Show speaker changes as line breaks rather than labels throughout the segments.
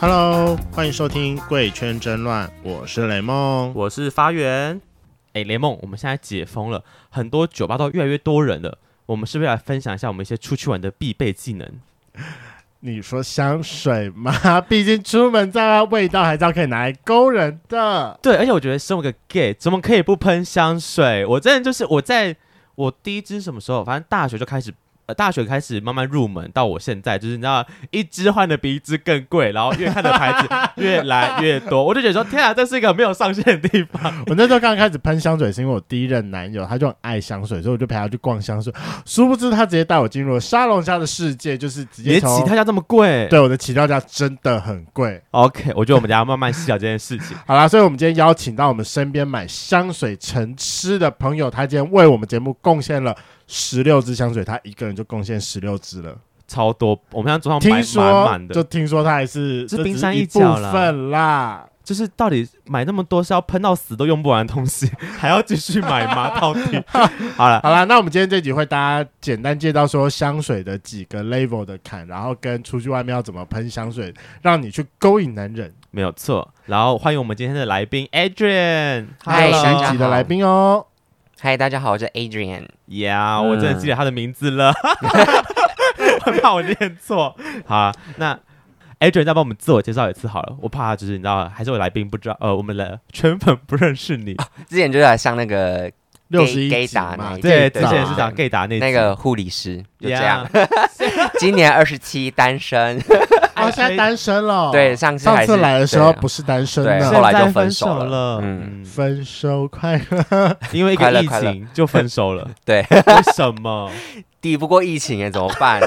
Hello，欢迎收听《贵圈争乱》，我是雷梦。
我是发源。哎、雷梦，我们现在解封了，很多酒吧都越来越多人了。我们是不是来分享一下我们一些出去玩的必备技能？
你说香水吗？ 毕竟出门在外，味道还是要可以拿来勾人的。
对，而且我觉得身为一个 gay，怎么可以不喷香水？我真的就是我在我第一支什么时候，反正大学就开始，呃，大学开始慢慢入门，到我现在就是你知道，一支换的比一支更贵，然后越看的牌 子越来越多，我就觉得说天啊，这是一个没有上限的地方。
我那时候刚开始喷香水，是因为我第一任男友他就很爱香水，所以我就陪他去逛香水。殊不知他直接带我进入了沙龙虾的世界，就是直接
连
从
起跳价这么贵
对我的起跳价真的很贵。
，OK，我觉得我们等一下慢慢细聊这件事情。
好啦，所以我们今天邀请到我们身边买香水成痴的朋友，他今天为我们节目贡献了十六支香水，他一个人就贡献十六支了。
超多，我们现在桌上摆
听
哦满
说
满的，
就听说他还是
这
只
冰山
一
一角
部
啦
分啦。
就是到底买那么多是要喷到死都用不完的东西， 还要继续买吗？到底？ 好了，
好啦，那我们今天这集会大家简单介绍说香水的几个 level 的坎，然后跟出去外面要怎么喷香水，让你去勾引男人。
没有错。然后欢迎我们今天的来宾 Adrian，
还
嗨
有
大家
哎上一
好
集的来宾哦，
嗨，大家好，我是 Adrian。
呀
嗯
我真的记得他的名字了， 我很怕我念错。好啊，那 Adrian 再帮我们自我介绍一次好了，我怕就是你知道，还是有来宾不知道，呃，我们的圈粉不认识你。
之前就在上那个
六十一
gay
集
打
嘛
那，一
对，之
对
前是
打
讲 gay 达那
那个护理师，就这样。
Yeah
今年二十七，单身。
啊，现在单身了。
哎对，，上次
上
还
次
是
来的时候
对啊
不是单身
对
的
后，来就
现在
分手
手
了
了，
嗯
嗯
分手快乐。
因为一
快
个
乐
疫
快乐
情就分手了，
对
为什 么？
抵不过疫情哎，怎么 办？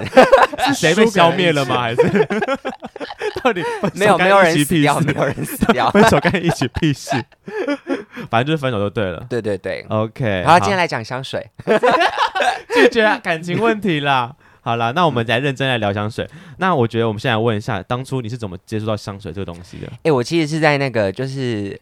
是谁被消灭了吗？还是 到底分手
没有
干
没有人
一起
死
屁
掉，
事
没有人死 掉。
分手干一起屁事， 反正就是分手就对了。
对对 对。
OK，
然后今天来讲香水，
拒绝啊感情问题 啦。好啦，那我们来认真来聊香水。那我觉得我们现在来问一下，当初你是怎么接触到香水这个东西的？
哎，我其实是在那个就是。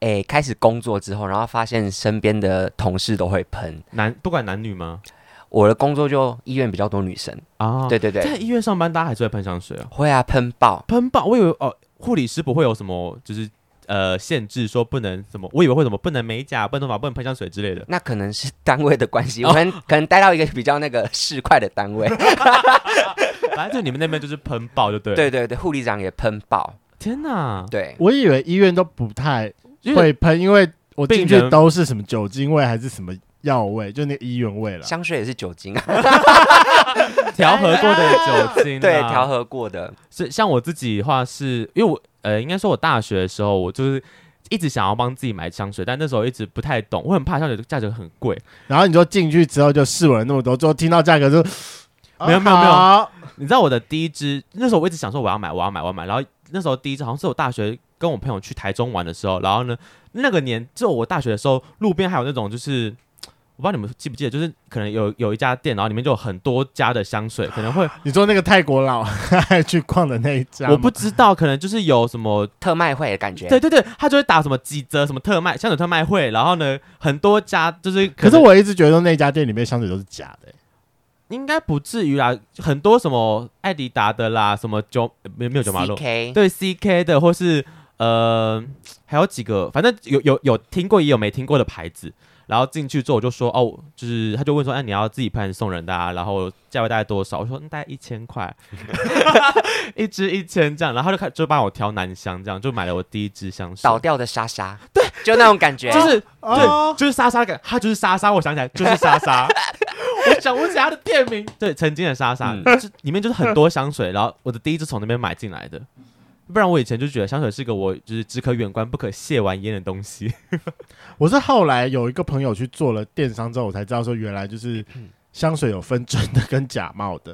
哎，开始工作之后，然后发现身边的同事都会喷。
男不管男女吗？
我的工作就医院比较多女生，
哦
啊，
对对对，
在医院上班，大家还是会喷香水啊，
会啊，喷爆。
喷爆。我以为哦，护理师不会有什么就是呃限制，说不能什么，我以为会什么不能美甲、不能头发、不能喷香水之类 的。
那可能是单位的关
哦
系，我们可能待到一个比较那个市侩的单位。
反正就你们那边就是喷爆，就对。，
对对对，护理长也喷爆。
天哪，
对，
我以为医院都不太
因为
会喷，因为我进
病
去
人
都是什么酒精味还是什么药味，就那个医院味了。
香水也是酒精啊，
调和过的酒精、啊，
对，调。和过的。
是像我自己的话是，因为我呃，应该说我大学的时候，我就是一直想要帮自己买香水，但那时候一直不太懂，我很怕香水价格很贵。
然后你就进去之后就试闻了那么多，之后听到价格就
没有没有没有
好
你知道我的第一支，那时候我一直想说我要买，我要买，我要买。然后那时候第一支好像是我大学跟我朋友去台中玩的时候，然后呢，那个年就我大学的时候，路边还有那种就是。我不知道你们记不记得，就是可能有有一家店，然后里面就有很多家的香水，可能会
你说那个泰国佬 还去逛的那一家吗，
我不知道，可能就是有什么
特卖会的感觉。
对对对，他就会打什么几折、什么特卖、香水特卖会，然后呢，很多家就是
可
可能，
是我一直觉得那家店里面香水都是假的、欸
应该不至于啦，很多什么艾迪达的啦，什么九呃没有没有九马路，
，CK
对 CK 的或是呃还有几个，反正有有有听过也有没听过的牌子。然后进去之后我就说哦，就是他就问说，哎、你要自己喷还是送人的啊？然后价位大概多少？我说、嗯、大概一千块，一支一千这样。然后他就开就帮我挑男香，这样就买了我第一支香水
倒。掉的莎莎，对，就那种感觉。
就是
哦
对，就是莎莎感，她就是莎莎，我想起来就是 莎莎，我想不起她的店名。对，曾经的莎莎，
嗯
就是里面就是很多香水，然后我的第一支从那边买进来的。不然我以前就觉得香水是个我就是只可远观不可亵玩焉的东西。
我是后来有一个朋友去做了电商之后，我才知道说原来就是
嗯
香水有分真的跟假冒的。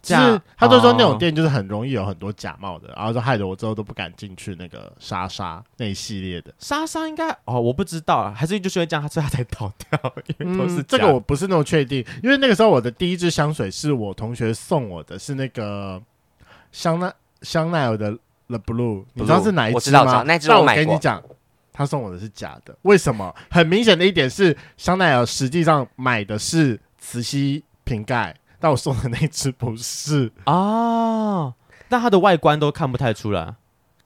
就
假
是他就说那
哦
种店就是很容易有很多假冒的，然后就害得我之后都不敢进去那个莎莎那一系列的。
莎莎应该哦，我不知道啊，还是就是因为这样，它所以它才倒掉，因 为都是
嗯这
假
个我不是那么确定，因为那个时候我的第一支香水是我同学送我的，是那个香奈香奈儿的 The Blue，你知道是哪一
我
支
知道知
吗
道？那支
但
我
我
买过
跟你讲，他送我的是假的。为什么？很明显的一点是，香奈儿实际上买的是磁吸瓶盖，但我送的那支不是。
哦，但它的外观都看不太出来啊、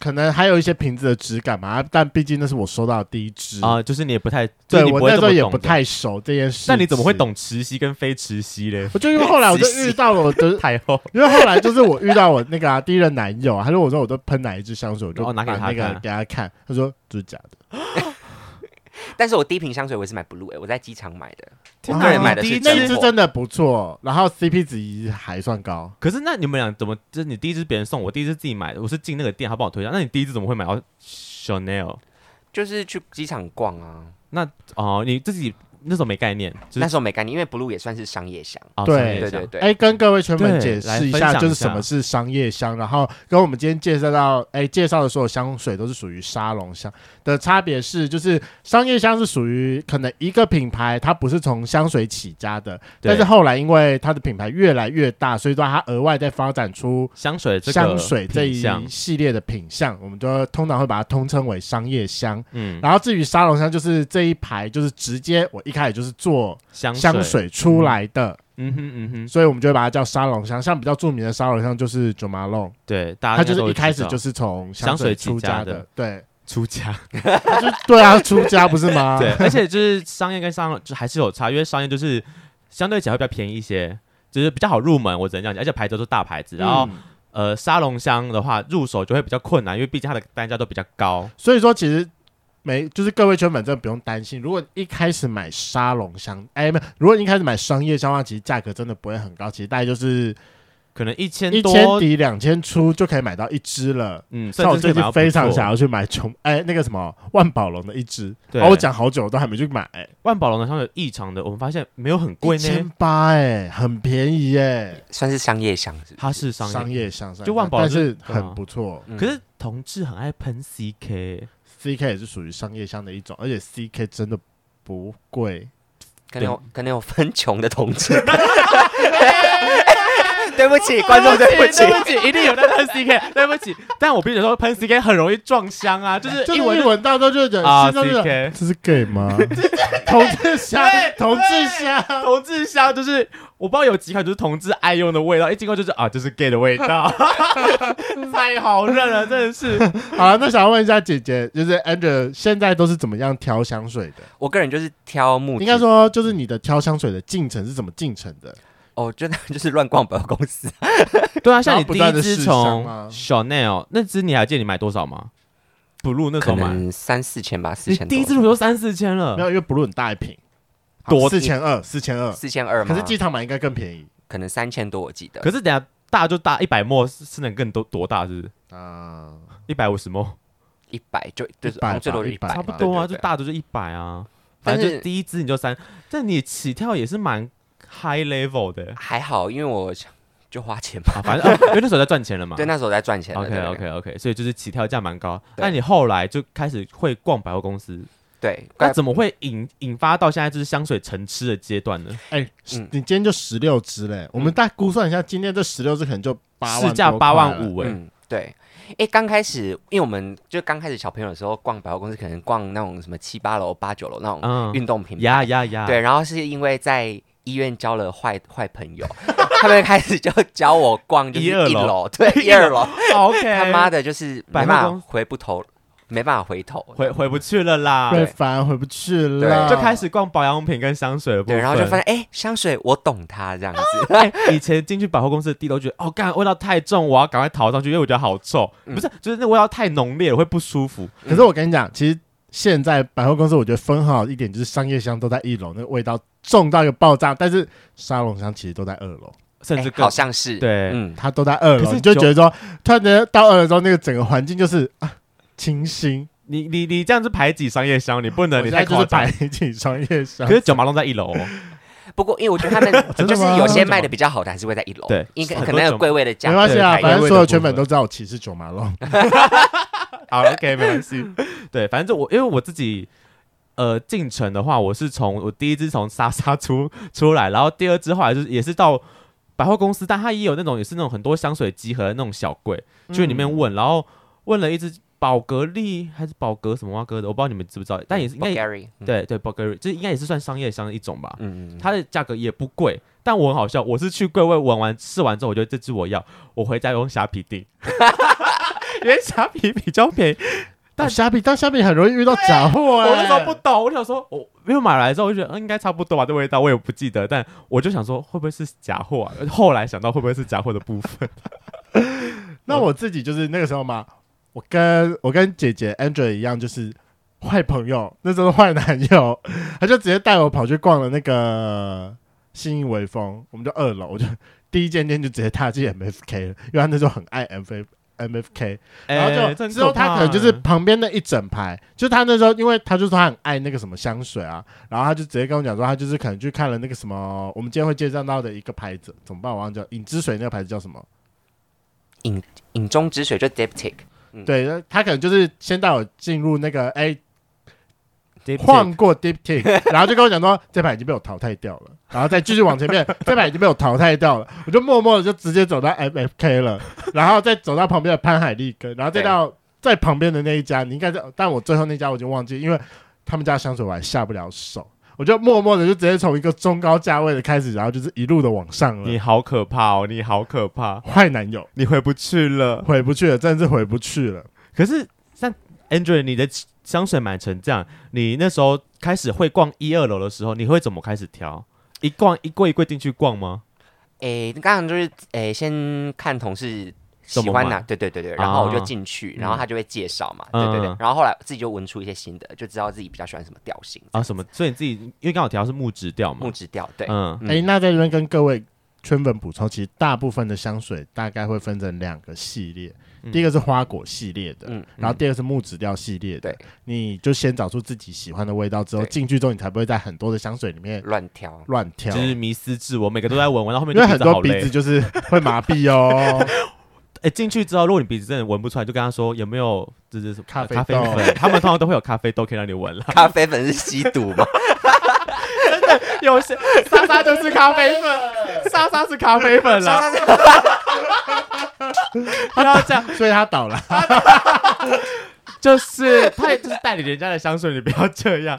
可能还有一些瓶子的质感 嘛，但毕竟那是我收到的第一支，
啊就是你也不太，就是
嗯啊对
你
我
会
那
这
时
么
候也
懂
不
的。
太熟这件事。
但你怎么会？懂磁吸跟非磁吸嘞？
我就因为后来我就遇到了我 的
太后，
因为后来就是我遇到我那个、啊、第一任男友、啊，他说我说我都喷哪一支香水，我就
哦拿给
把
他
那个
看
给他看，他说这是假的。
但是我第一瓶香水我也是买 Blue，、欸、我在机场买的，
天
哇
个人买的
第一
是
哦那
真
一
的
支
支。
真的不错，然后 CP 值还算高。
可是那你们俩怎么？就是你第一支别人送我，第一支自己买的，我是进那个店他帮我推销。那你第一支怎么会买到 Chanel？
就是去机场逛啊。
哦，你自己那时候没概念，就是
那
啊
时候没概念，因为 Blue 也算是商业香。
哦
对
商业
对
上
对对，
哎、跟各位圈粉
对
解
来
释一
分
下，
享
就是
一
什
下
么是商业香，然后跟我们今天介绍到，哎、介绍的所有香水都是属于沙龙香的差别是，就是商业香是属于可能一个品牌，它不是从香水起家的，但
对
是后来因为它的品牌越来越大，所以说它额外再发展出
香水这个
香水这
品
一
项
系列的品相，我们就通常会把它通称为商业香。
嗯，
然后至于沙龙香，就是这一排就是直接我一开始就是做
香
香水出来的，
嗯哼嗯哼，
所以我们就会把它叫沙龙香。像比较著名的沙龙香就是 j o m a l o n
对，大家
他
啊应该
就
都
是
会
一开
知
始
道
就是从
香水
水
起
出
家的
的，对，
出家，
他就对啊，出家不是吗？
对，而且就是商业跟商就还是有差，因为商业就是相对起来会比较便宜一些，就是比较好入门，我只能这样讲，而且牌子都是大牌子，
嗯，
然后、呃沙龙香的话入手就会比较困难，因为毕竟它的单价都比较高，
所以说其实。没，就是各位圈粉真的不用担心。如果一开始买沙龙香，哎，没有，如果一开始买商业香的话，其实价格真的不会很高，其实大概就是
可能一千
一
多，
千抵两千出就可以买到一支了。
嗯，甚
像我
至可以
最
买到
近
不
非常
错
想要去买琼，哎，那个什么万宝龙的一支，啊
对
然后我讲好久都还没去买，
万宝龙的香水异常的，我们发现没有很贵
一
呢
千，八哎，很便宜哎，
算是商业香是不是
它是商业。
商业香，商业
就万宝
但
龙就是
很不错。
嗯
可是同志很爱喷 CK，
CK 也是属于商业香的一种，而且 CK 真的不贵。
可能有可能有分穷的同 志。 对不起，观众，对不起。
对不起，一定有在喷 CK，对不 起。但我必须说，喷 CK 很容易撞香啊，就是
就是
一
一
闻就
闻到之后就觉得
啊
心中就觉得
CK
这是 gay 吗？同志香，同志香，
同志香就是我不知道有几款就是同志爱用的味道，一经过就是啊，就是 gay 的味道， 太好认了，真的是。
好了，那想要问一下姐姐，就是 Angel 现在都是怎么样挑香水的？
我个人就是挑木质，
应该说，就是你的挑香水的进程是怎么进程的？
哦，真的就是乱逛百货公司，
对啊，像
然
你
后不
第
断地
一支
试香啊
从
吗
Chanel 那支，你还记得你买多少吗？Blue 那时
可
候买，
能三四千吧，四
你
千多。
第一支入都三四千了
没，有，因为不论很大一瓶，
嗯多
四千二，四千二。
四千二
可
吗？
是机场买应该更便宜
可能三千多，我记得。
可是等下大就大一百墨是能更多多大是
啊，
一百五十墨。
一百就就是
100吧
好像最多就一
100
百，
差
差不多啊，
哎对对对
就大的就一百啊，
但
反
是
正就第一支你就三，但你起跳也是蛮 high level 的
还好，因为我就花钱嘛。
啊，反正、啊、因为那时候在赚钱了嘛。
对，那时候在赚钱的。
OK
对
OK OK，所以就是起跳价蛮高。
对
那你后来就开始会逛百货公司，
对，
那
怪
怎么会引引发到现在就是香水成痴的阶段呢？
哎、
嗯
你今天就十六支嘞，我们大概估算一下，今天这十六支可能就八万，
嗯市价八万，五哎，
嗯，对。哎，刚开始，因为我们就刚开始小朋友的时候逛百货公司，可能逛那种什么七八楼、八九楼那种
嗯，
运动品牌。
呀呀呀，
对，，然后是因为在医院交了坏坏朋友， 他们开始就教我逛就是
一二
一
楼
楼，对，一二楼，
OK，
他妈的就是
百
没
货
办
公
法回不头，没办法回头，
回回不去了啦，
瑞凡回不去了，
对
就开始逛保养品跟香水的部
对，
分，
然后就发现哎、诶香水我懂它这 样子，
哎，以前进去百货公司的地都觉得，哦，干味道太重，我要赶快逃上去，因为我觉得好臭，
嗯
不是，就是那味道太浓烈，我会不舒服。
可是我跟你讲，其实现在百货公司我觉得分很好一点，就是商业香都在一楼，那个味道重到一个爆炸，但是沙龙香其实都在二楼，
甚至
诶
更、
哎好像是，
对
嗯，
它都在二
可
楼，
是
你就
就
觉得说，突然间到二楼之后，那个整个环境就是啊清新，
你你你这样子排挤商业香，你不能，
我
你
现在
太
就
夸
是
张
排。挤商业香
可。是九马龙在一楼、哦，
不过因为我觉 得他们
真的
就是
吗
有些卖的比较好的还是会在一楼，
对
应该
很
可
多
能有
种
贵位的价
没
格
关系啊，
才有
反正所有圈粉
对
都知道我歧视九马龙。 嗯
好，OK，没关系。对，反正就我因为我自己，呃，进城的话，我是从我第一支从莎莎 出出来，然后第二支后来就是也是到百货公司，
嗯
但它也有那种也是那种很多香水集合的那种小柜，去里面问，然后问了一支宝格丽还是宝格什么蛙哥的，我不知道你们知不知道，但也是应该也
Bulgari，嗯，
对对宝格丽，这应该也是算商业箱的一种吧。
嗯，嗯，
它的价格也不贵，但我很好笑，我是去柜位闻完试完之后，我觉得这支我要，我回家用虾皮订， 因为虾皮比较便宜。但
但虾皮，但虾皮很容易遇到假货哎、
啊我那时候不懂，我想说，我因为买来之后我就觉得、嗯、应该差不多吧，这味道我也不记得，但我就想说会不会是假货啊？后来想到会不会是假货的部分，
那我自己就是那个时候嘛，我跟我跟姐姐 Angel 一样，就是坏朋友，那时候的坏男友，他就直接带我跑去逛了那个新义威风，我们就二楼，我就第一间店就直接踏进 MFK 了，因为他那时候很爱 MF。MFK，然后
哎
就
这很
之后他
怕
可能就是
欸
旁边那一整排，就他那时候，因为他就说他很爱那个什么香水啊，然后他就直接跟我讲说，他就是可能去看了那个什么，我们今天会介绍到的一个牌子，怎么办？我忘记了，饮之水那个牌子叫什么？
饮中之水就 Diptic，
对，那他可能就是先带我进入那个哎、
Diptic
晃过 d i p t i c 然后就跟我讲说这盘已经被我淘汰掉了，然后再继续往前面，这盘已经被我淘汰掉了，我就默默的就直接走到 MFK 了，然后再走到旁边的潘海利根，然后再到在旁边的那一家，你应该在，但我最后那家我已经忘记，因为他们家香水我还下不了手。我就默默的就直接从一个中高价位的开始，然后就是一路的往上了
你。好可怕哦，你好可怕，
坏男友
你回不去了。
回不去了，真的是回不去了。
可是像 Andrew，你的香水买成这样，你那时候开始会逛一二楼的时候，你会怎么开始挑？一逛一柜一柜进去逛吗？
诶，刚刚就是诶，先看同事
怎
喜
么
欢哪，
买
对对对对，然后我就
啊
进去，
嗯
然后他就会介绍嘛，对对对
嗯，
然后后来自己就闻出一些新的，就知道自己比较喜欢什么调性
啊，什么？所以你自己因为刚好提到是木质调嘛
木，质调，对，
嗯，
嗯
哎、那在这边跟各位圈粉补充，其实大部分的香水大概会分成两个系列，
嗯
第一个是花果系列的，
嗯
然后第二个是木质调系列的。
对
你就先找出自己喜欢的味道之后，
对
进去之后你才不会在很多的香水里面
乱挑，
乱挑
就，是迷失自我，每个都在闻，闻到后面
因为很
就鼻子
多
好累
鼻子就是会麻痹哦。
哎，进去之后，如果你鼻子真的闻不出来，就跟他说有没有就是什么
咖啡
咖啡
豆
粉，他们通常都会有咖啡豆可以让你闻了。
咖啡粉是吸毒 吗？
有些莎莎就是咖啡粉， 莎莎是咖啡粉啦。不要 这样，
所以他倒了，
就是他也就是代理人家的香水，你不要这 样。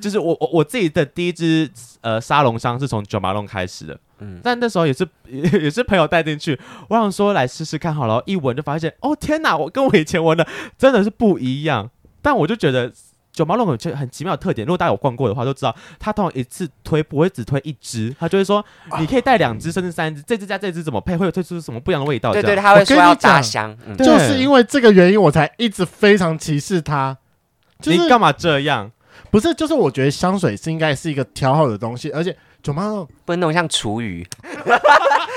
就是我我我自己的第一支呃沙龙香是从九马龙开始的，
嗯，
但那时候也是 也是朋友带进去，我想说来试试看好了，一闻就发现哦天哪，我跟我以前闻的真的是不一样。但我就觉得九毛龙有很奇妙的特点，如果大家有逛过的话都知道，它通常一次推不会只推一支，它就会说
啊
你可以带两支甚至三支，这支加这支怎么配会推出什么不一样的味道？
对
这
对，
样
他会说
我跟你
要
讲
搭香，嗯
对
就是因为这个原因，我才一直非常歧视他。就是
你干嘛这样？
不是，就是我觉得香水是应该是一个调好的东西，而且九妈那种
不能弄像厨余，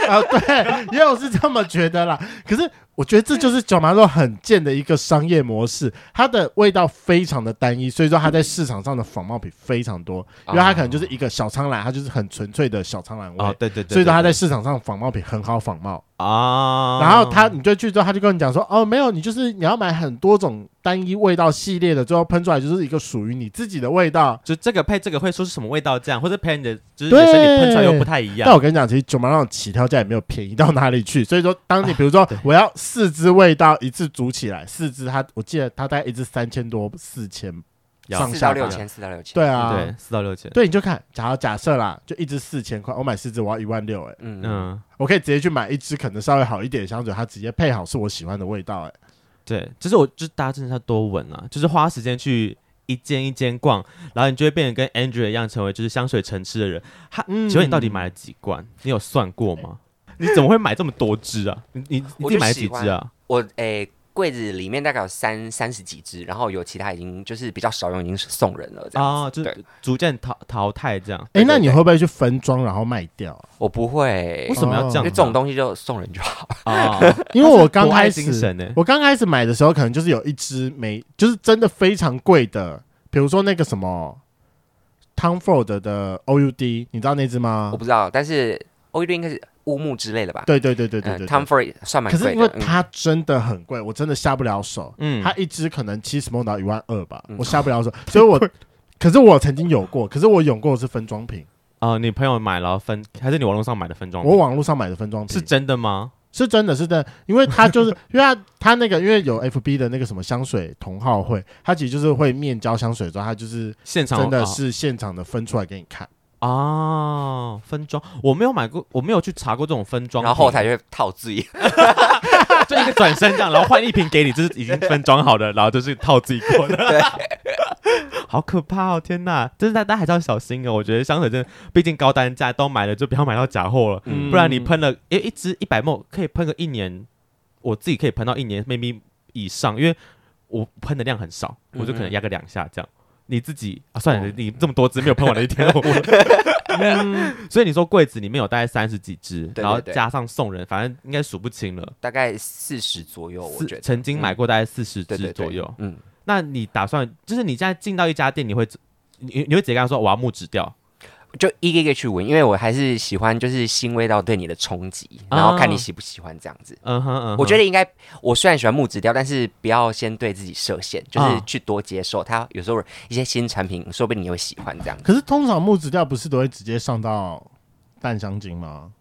啊，对，也有是这么觉得啦。可是我觉得这就是九麻肉很贱的一个商业模式，它的味道非常的单一，所以说它在市场上的仿冒品非常多，因为它可能就是一个小苍兰，它就是很纯粹的小苍兰味。
哦，对对对
所以说它
对
在市场上仿冒品很好仿冒，
啊，
然后他你就去之后，他就跟你讲说，哦，没有，你就是你要买很多种单一味道系列的，最后喷出来就是一个属于你自己的味道。
就这个配这个会说是什么味道这样，或者配你的就是
对
有些你喷出来又不太一
但
样。
我跟你讲，其实九毛那种起跳价也没有便宜到哪里去。所以说，当你比如说我要四支味道一次煮起来，四支它，我记得它大概一支三千多，四千
要
上
四
下
到
吧
六。千，四到六千，
对啊，
对，四到六千，
对，你就看，假如假设啦，就一支四千块，我买四支我要一万六，哎，
嗯嗯，
嗯，
我可以直接去买一支可能稍微好一点的香水，它直接配好是我喜欢的味道，哎，
对，就是我就是大家真的要多闻啊，就是花时间去一间一间逛，然后你就会变得跟 Andrew 一样，成为就是香水城吃的人。他，
嗯
请问你到底买了几罐？你有算过吗？你怎么会买这么多支啊？你你你自
我
己
就
买了
喜
几支啊？
我诶。柜子里面大概有三三十几支，然后有其他已经就是比较少用，已经送人了这样子。
啊，就是
对
逐渐淘淘汰这样。
哎，
对
那你
对
会不会去分装然后卖掉啊？
我不会
为，什么要这
哦
样
因为
呢？
这种东西就送人就好。
啊，
因为我 刚
博爱
开
精
始
神呢，
我刚开始买的时候，可能就是有一支没，就是真的非常贵的，比如说那个什么 Tom Ford 的 OUD，你知道那支吗
我？不知道，但是欧一应该是乌木之类的吧？
对对对对对
嗯
对对。
，Tom Ford 算蛮
可是
贵
因为
的。嗯
它真的很贵，我真的下不了手。
嗯
它一支可能七十梦到一万二吧，
嗯
我下不 了手，所以我，可是我曾经有过，可是我有过的是分装瓶，
呃啊，你朋友买了分，还是你网络上买的分装？
我网络上买的分装瓶
是真的吗？
是真的是真的，因为他就是 因为他他那个因为有 FB 的那个什么香水同好会，他其实就是会面交香水之后，他就是
现场
真的是现场的分出来给你看。
啊、啊分装，我没有买过，我没有去查过这种分装，
然后后台就会套自己，
就一个转身这样，然后换一瓶给你，这是已经分装好的，然后就是套自己过的，
对，
好可怕哦！天哪，真是大大家还是要小心哦。我觉得香水真的，毕竟高单价都买了，就不要买到假货了，
嗯
不然你喷了，因为一支一百沫可以喷个一年，我自己可以喷到一年 maybe 以上，因为我喷的量很少，
嗯
我就可能压个两下这样。你自己啊，算了，
哦
你这么多支没有喷完的一天， 我 所以你说柜子里面有大概三十几支，
对
然后
对对
加上送人，反正应该数不清了。
大概四十左右，我
四
觉得嗯
曾经买过大概四十
对对
支
对
左右。
嗯，
那你打算就是你现在进到一家店，你会你你会直接跟他说我要木质调，
就一个一个去闻，因为我还是喜欢就是新味道对你的冲击，然
啊
后看你喜不喜欢这样子。
嗯哼嗯哼，
我觉得应该，我虽然喜欢木质调，但是不要先对自己设限，就是
啊
去多接受它。有时候一些新产品，说不定你会喜欢这样。
可是通常木质调不是都会直接上到淡香精吗？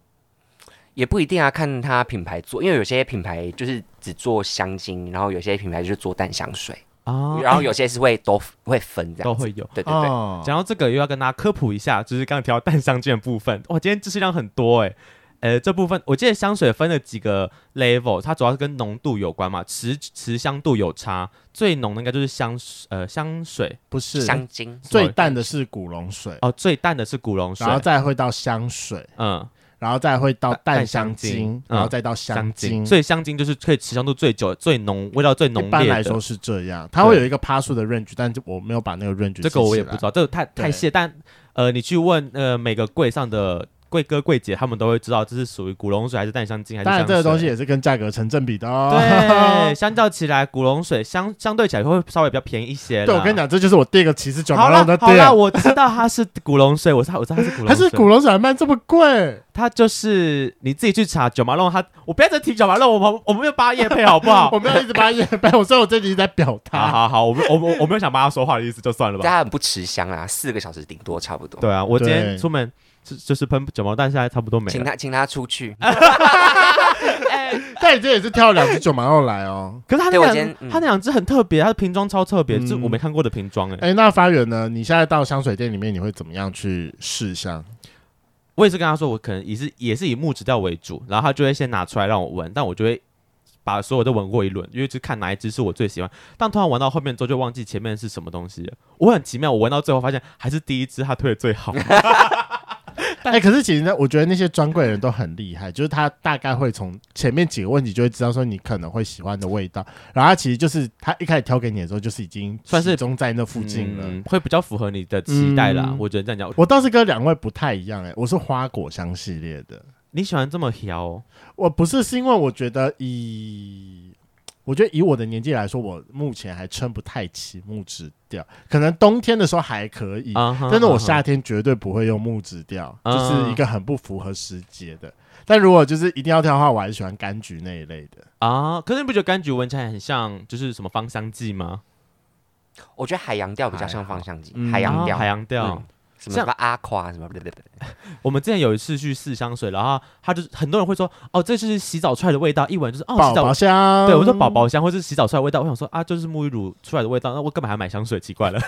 也不一定啊，看它品牌做，因为有些品牌就是只做香精，然后有些品牌就是做淡香水，
啊，
然后有些是会都会分这
都
样子。
会有。
对对对，
哦，
讲到这个，又要跟大家科普一下，就是刚刚提到淡香精的部分，哇，今天知识量很多哎、呃，这部分我记得香水分了几个 level，它主要是跟浓度有关嘛，持持香度有差，最浓的应该就是香呃香水
不是
香精
最淡的是古龙水，
哦，最淡的是古龙水
然，后再会到香水，
嗯，
然后再会到
淡
淡香
香精
精，
嗯
然后再到
香
精。
所以香精就是可以持香度最久、最浓、味道最浓
一般
烈
来
的。
说是这样，它会有一个趴数的 range，但就我没有把那个 range
这个我也不
记
知
起
道，这个太太
对
细了。但呃，你去问呃每个柜上的柜哥柜姐，他们都会知道这是属于古龙水还是淡香精还
来。
是
当然，
香
这个
水。
东西也是跟价格成正比的哦。
对，相较起来，古龙水相相对起来会稍微比较便宜一些。
对，我跟你，讲，这就是我第一个歧视转
好
马龙
了
的
好了，
店。
我知道它是古龙水，我知道我知道它是古龙水，
还是古龙水还卖这么贵？
它就是你自己去查九马龙，它我不要再提九马龙，我们我们没有八叶配好不好
我？没有一直把眼白，我说我这集一直在表
好
达。
好好，我们我们我没有想帮他说话的意思，就算了 吧
大。家很不吃香啊，四个小时顶多差不多。
对啊，我今天
对
出门就就是喷九毛蛋，现在差不多没
请
了。啊
他请他出去，
但你这也是挑了两只九毛肉来哦。
可是它
对我
那
今
两
天嗯
它那两只很特别，它的瓶装超特别，这
嗯
我没看过的瓶装哎。
哎，那发源呢？你现在到香水店里面，你会怎么样去试香？
我也是跟他说，我可能也是也是以木质调为主，然后他就会先拿出来让我闻，但我就会把所有都闻过一轮，因为就看哪一支是我最喜欢。但突然闻到后面之后，就忘记前面是什么东西了。我很奇妙，我闻到最后发现还是第一支他推的最好。
嗯哎、可是其实呢，我觉得那些专柜的人都很厉害，就是他大概会从前面几个问题就会知道说你可能会喜欢的味道，然后他其实就是他一开始挑给你的时候，就是已经
算是
集中在那附近了。
嗯，会比较符合你的期待啦。
嗯
我只能这样讲。
我倒是跟两位不太一样、哎，我是花果香系列的，
你喜欢这么调、哦？
我不是是因为我觉得以。我觉得以我的年纪来说，我目前还撑不太起木质调，可能冬天的时候还可以，
啊哈
但是我
啊哈
夏天绝对不会用木质调，
嗯
就是一个很不符合时节的。但如果就是一定要挑的话，我还是喜欢柑橘那一类的。
啊，可是你不觉得柑橘闻起来很像就是什么芳香剂吗？
我觉得海洋调比较像芳香剂，
啊
海洋调，
海洋调。
嗯什么什么阿夸什么的，
我们之前有一次去试香水，然后他就是很多人会说，哦，这就是洗澡出来的味道，一闻就是哦，
宝
洗澡
宝香，
对，我说宝宝香或是洗澡出来的味道，我想说啊，就是沐浴乳出来的味道，那我干嘛还买香水？奇怪了，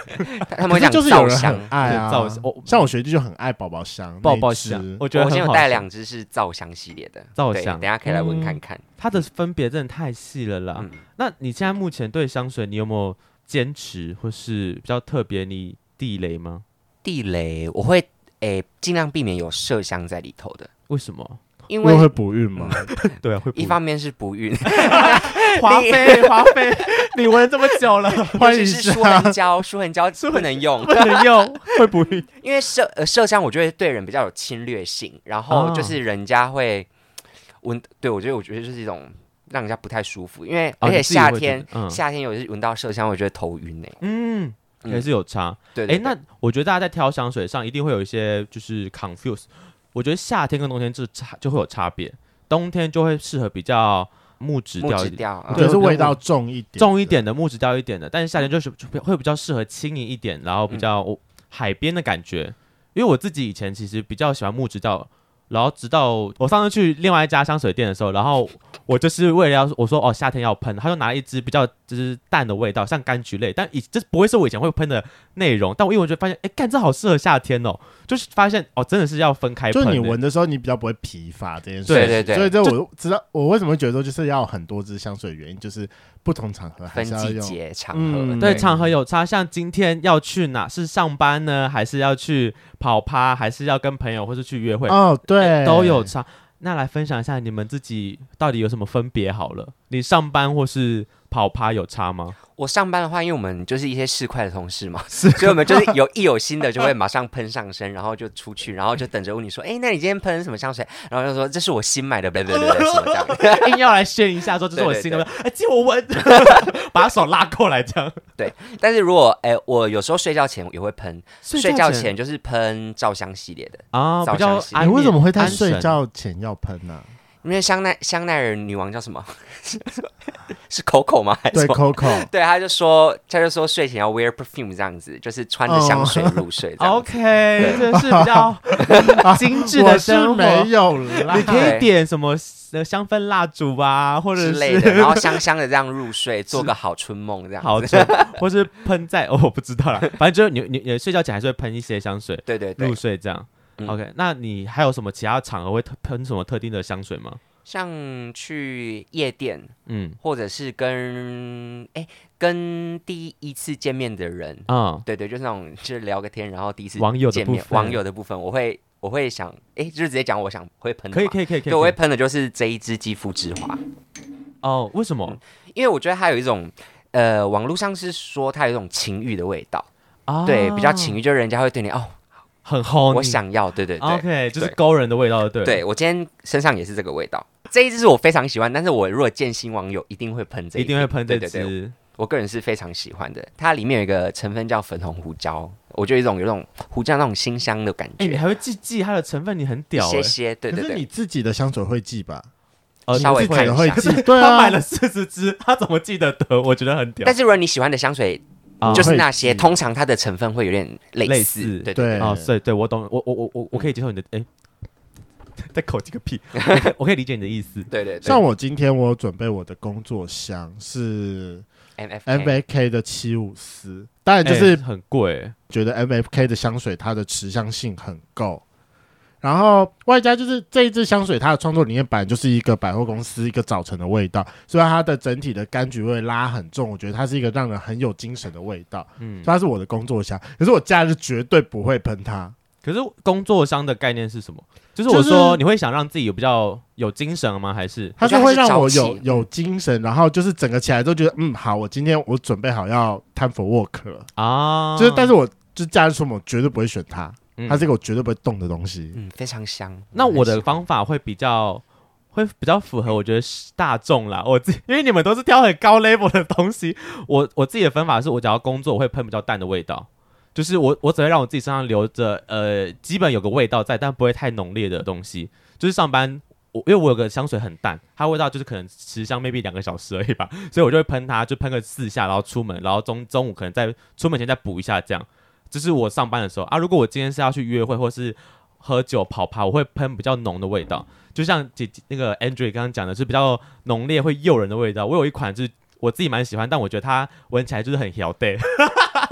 他
可是
们会讲
就是有
皂
人
香
很。爱啊
对皂香我，
像我学弟就很爱宝宝香，
抱抱
那一
香
支，
我觉得
我
很
先
好
有
吃
带两只是皂香系列的，
皂
对
香
等一下可以来闻看
嗯
看。
它的分别真的太细了啦。
嗯
那你现在目前对香水，你有没有坚持或是比较特别你地雷吗？
地雷我会诶尽量避免有麝香在里头的，
为什么？
因
因为
为
会补孕 嘛。
对啊，会
一方面是不孕，
华妃， 华妃，你闻了这么久 了，
欢
尤
迎
其是
啊
下
舒痕胶，舒痕胶不能用
不，能用，会不会？
因为麝呃麝香我觉得对人比较有侵略性，然后
啊
就是人家会闻，对我觉得我觉得就是一种让人家不太舒服，因为
哦
而且
你自己会
夏
觉得
天
嗯
夏天有时闻到麝香，我觉得头晕呢。
嗯，
嗯
还是有差。
对，
哎、
对
那我觉得大家在挑香水上一定会有一些就是 confuse。我觉得夏天跟冬天就差就会有差别，冬天就会适合比较木质
对木
调
质
一点、
调，
我
嗯
觉得是味道重一点，
重一。点的木质调一点的，但是夏天就是就会比较适合轻盈一点，然后比较、我海边的感觉。因为我自己以前其实比较喜欢木质调，然后直到我上次去另外一家香水店的时候，然后我就是为了要我说哦夏天要喷，他就拿了一支比较就是淡的味道，像柑橘类，但以这不会是我以前会喷的内容，但我一闻就发现，哎，干这好适合夏天哦，就是发现哦真的是要分开
就
喷的，
是你闻的时候，你比较不会疲乏这件事。
对对对
所以这我知道，我为什么会觉得说就是要很多支香水，原因就是不同场合还
分
是要
季
用。
节场
嗯
合，
对，
对
场合有差，像今天要去哪？是上班呢，还是要去跑趴，还是要跟朋友，或是去约会？
哦，对，
都有差。那来分享一下你们自己到底有什么分别好了？你上班或是跑趴有差 吗？
我上班的话，因为我们就是一些市侩的同事 嘛，所以我们就是有一有新的就会马上喷上身，然后就出去，然后就等着问你说，哎、那你今天喷什么香水？然后就说这是我新买的，对对对对，什么这样。
硬要来炫一下，说这是我
对对
新的，哎，借 我闻，把手拉过来这样。
但是如果哎、我有时候睡觉前也会喷，睡觉
前
前就是喷皂香系列的，
啊，比较
早上洗
安
你哎为什么会在
安神
睡觉前要喷呢？
因为香奈香奈儿女王叫什么？ 是 Coco 吗？还是
对
什 么？
，Coco，
对，他就说，他就说睡前要 wear perfume 这样子，就是穿着香水入睡这样子。
哦？OK，这是 比较精致
我
的
是
生活。
没有啦
你。可以点什么呃香氛蜡烛啊，或者是
之类的，然后香香的这样入睡，做个好春梦这样子。
好吃，或是喷在哦，我不知道啦，反正就是你你你睡觉前还是会喷一些香水
对对对
入，睡这样。
嗯
OK，那你还有什么其他场合会特喷什么特定的香水吗？
像去夜店，
嗯
或者是跟哎、跟第一次见面的人，
啊，
对对，就是那种就是聊个天，然后第一次
网友的
见
部
面
分，
网友的部分，我会我会想，哎、就是直接讲我想会喷的
可以
嘛
可以可以可以。
对，我
可
会
以
喷的就是这一支肌肤之华，
哦，为什么
因为我觉得它有一种。呃，网络上是说它有一种情欲的味道，
啊？
对，比较情欲，就人家会对你哦，
很红。
我想要，对对对，
哦 OK，就是
对
勾人的味道，对了。
对我今天身上也是这个味道。这一支是我非常喜欢，但是我如果见新网友一定会喷这
一定会喷这
对对对，
支。
我个人是非常喜欢的。它里面有一个成分叫粉红胡椒，我觉得有一种有一种胡椒那种辛香的感
哎，你
觉，
还会记记它的成分，你很屌
一
哎
些。些，对
可
对
是你
对，
自己的香水会记吧？
呃
稍微
你自己
看一
的
下
会记， 对
他
啊，
买了四十支，他怎么记得得？我觉得很屌
但。是如果你喜欢的香水
啊
就是
会
那些，
记
通常它的成分会有点类
类
似，
似
对
对
对
哦，所以对我懂，我我我我我可以接受你的， 哎、在口几个屁，我可以理解你的意思。
对对对
像我今天我有准备我的工作箱是
，M F
M
K
A K 的七五四，当然就
哎
是
很贵，
觉得 M F K 的香水它的持香性很够，然后外加就是这一支香水它的创作理念本来就是一个百货公司一个早晨的味道，所以它的整体的柑橘味拉很重，我觉得它是一个让人很有精神的味道，
嗯
所以。它是我的工作香，可是我假日绝对不会喷它，
可是工作商的概念是什么？就是
就
我
是
说你会想让自己有比较有精神吗？还是
它是会让我
我觉得它
有
是朝气
有精神，然后就是整个起来都觉得嗯好，我今天我准备好要 time for work 了，
啊？
就是但是我就假日出门我绝对不会选它，
嗯
它是一个我绝对不会动的东西，
嗯，非常香。
那我的
很喜
方法会比较会比较符合我觉得是大众啦。我自因为你们都是挑很高 level 的东西，我我自己的分法是我只要工作我会喷比较淡的味道，就是我我只会让我自己身上留着呃基本有个味道在，但不会太浓烈的东西。就是上班我因为我有个香水很淡，它味道就是可能持香 maybe 两个小时而已吧，所以我就会喷它，就喷个四下，然后出门，然后中中午可能在出门前再补一下这样。这是我上班的时候啊，如果我今天是要去约会或是喝酒跑趴，我会喷比较浓的味道，就像姐姐那个 Andrew 刚刚讲的是比较浓烈会诱人的味道。我有一款就是我自己蛮喜欢，但我觉得它闻起来就是很摇带，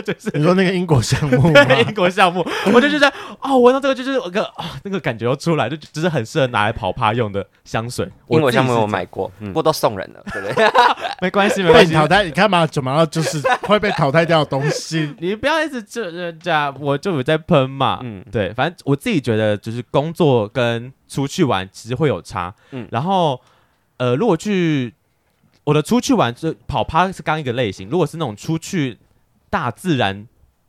就是
你说那个英国项目吗？
对英国项目，我就觉得哦，闻到这个就是有个啊那个感觉又出来，就只是很适合拿来跑趴用的香水。
欢英国
自己
香
是这
氛我
样
买过，不过都送人了，对不对？
没关系没
被
关
你
系，
淘汰，你看嘛，怎么了？就是会被淘汰掉的东
。
西
你不要一直这这这样，我就有在喷嘛。
嗯
对，反正我自己觉得就是工作跟出去玩其实会有差。嗯
嗯，
然后呃，如果去我的出去玩，就跑趴是刚一个类型，如果是那种出去大自然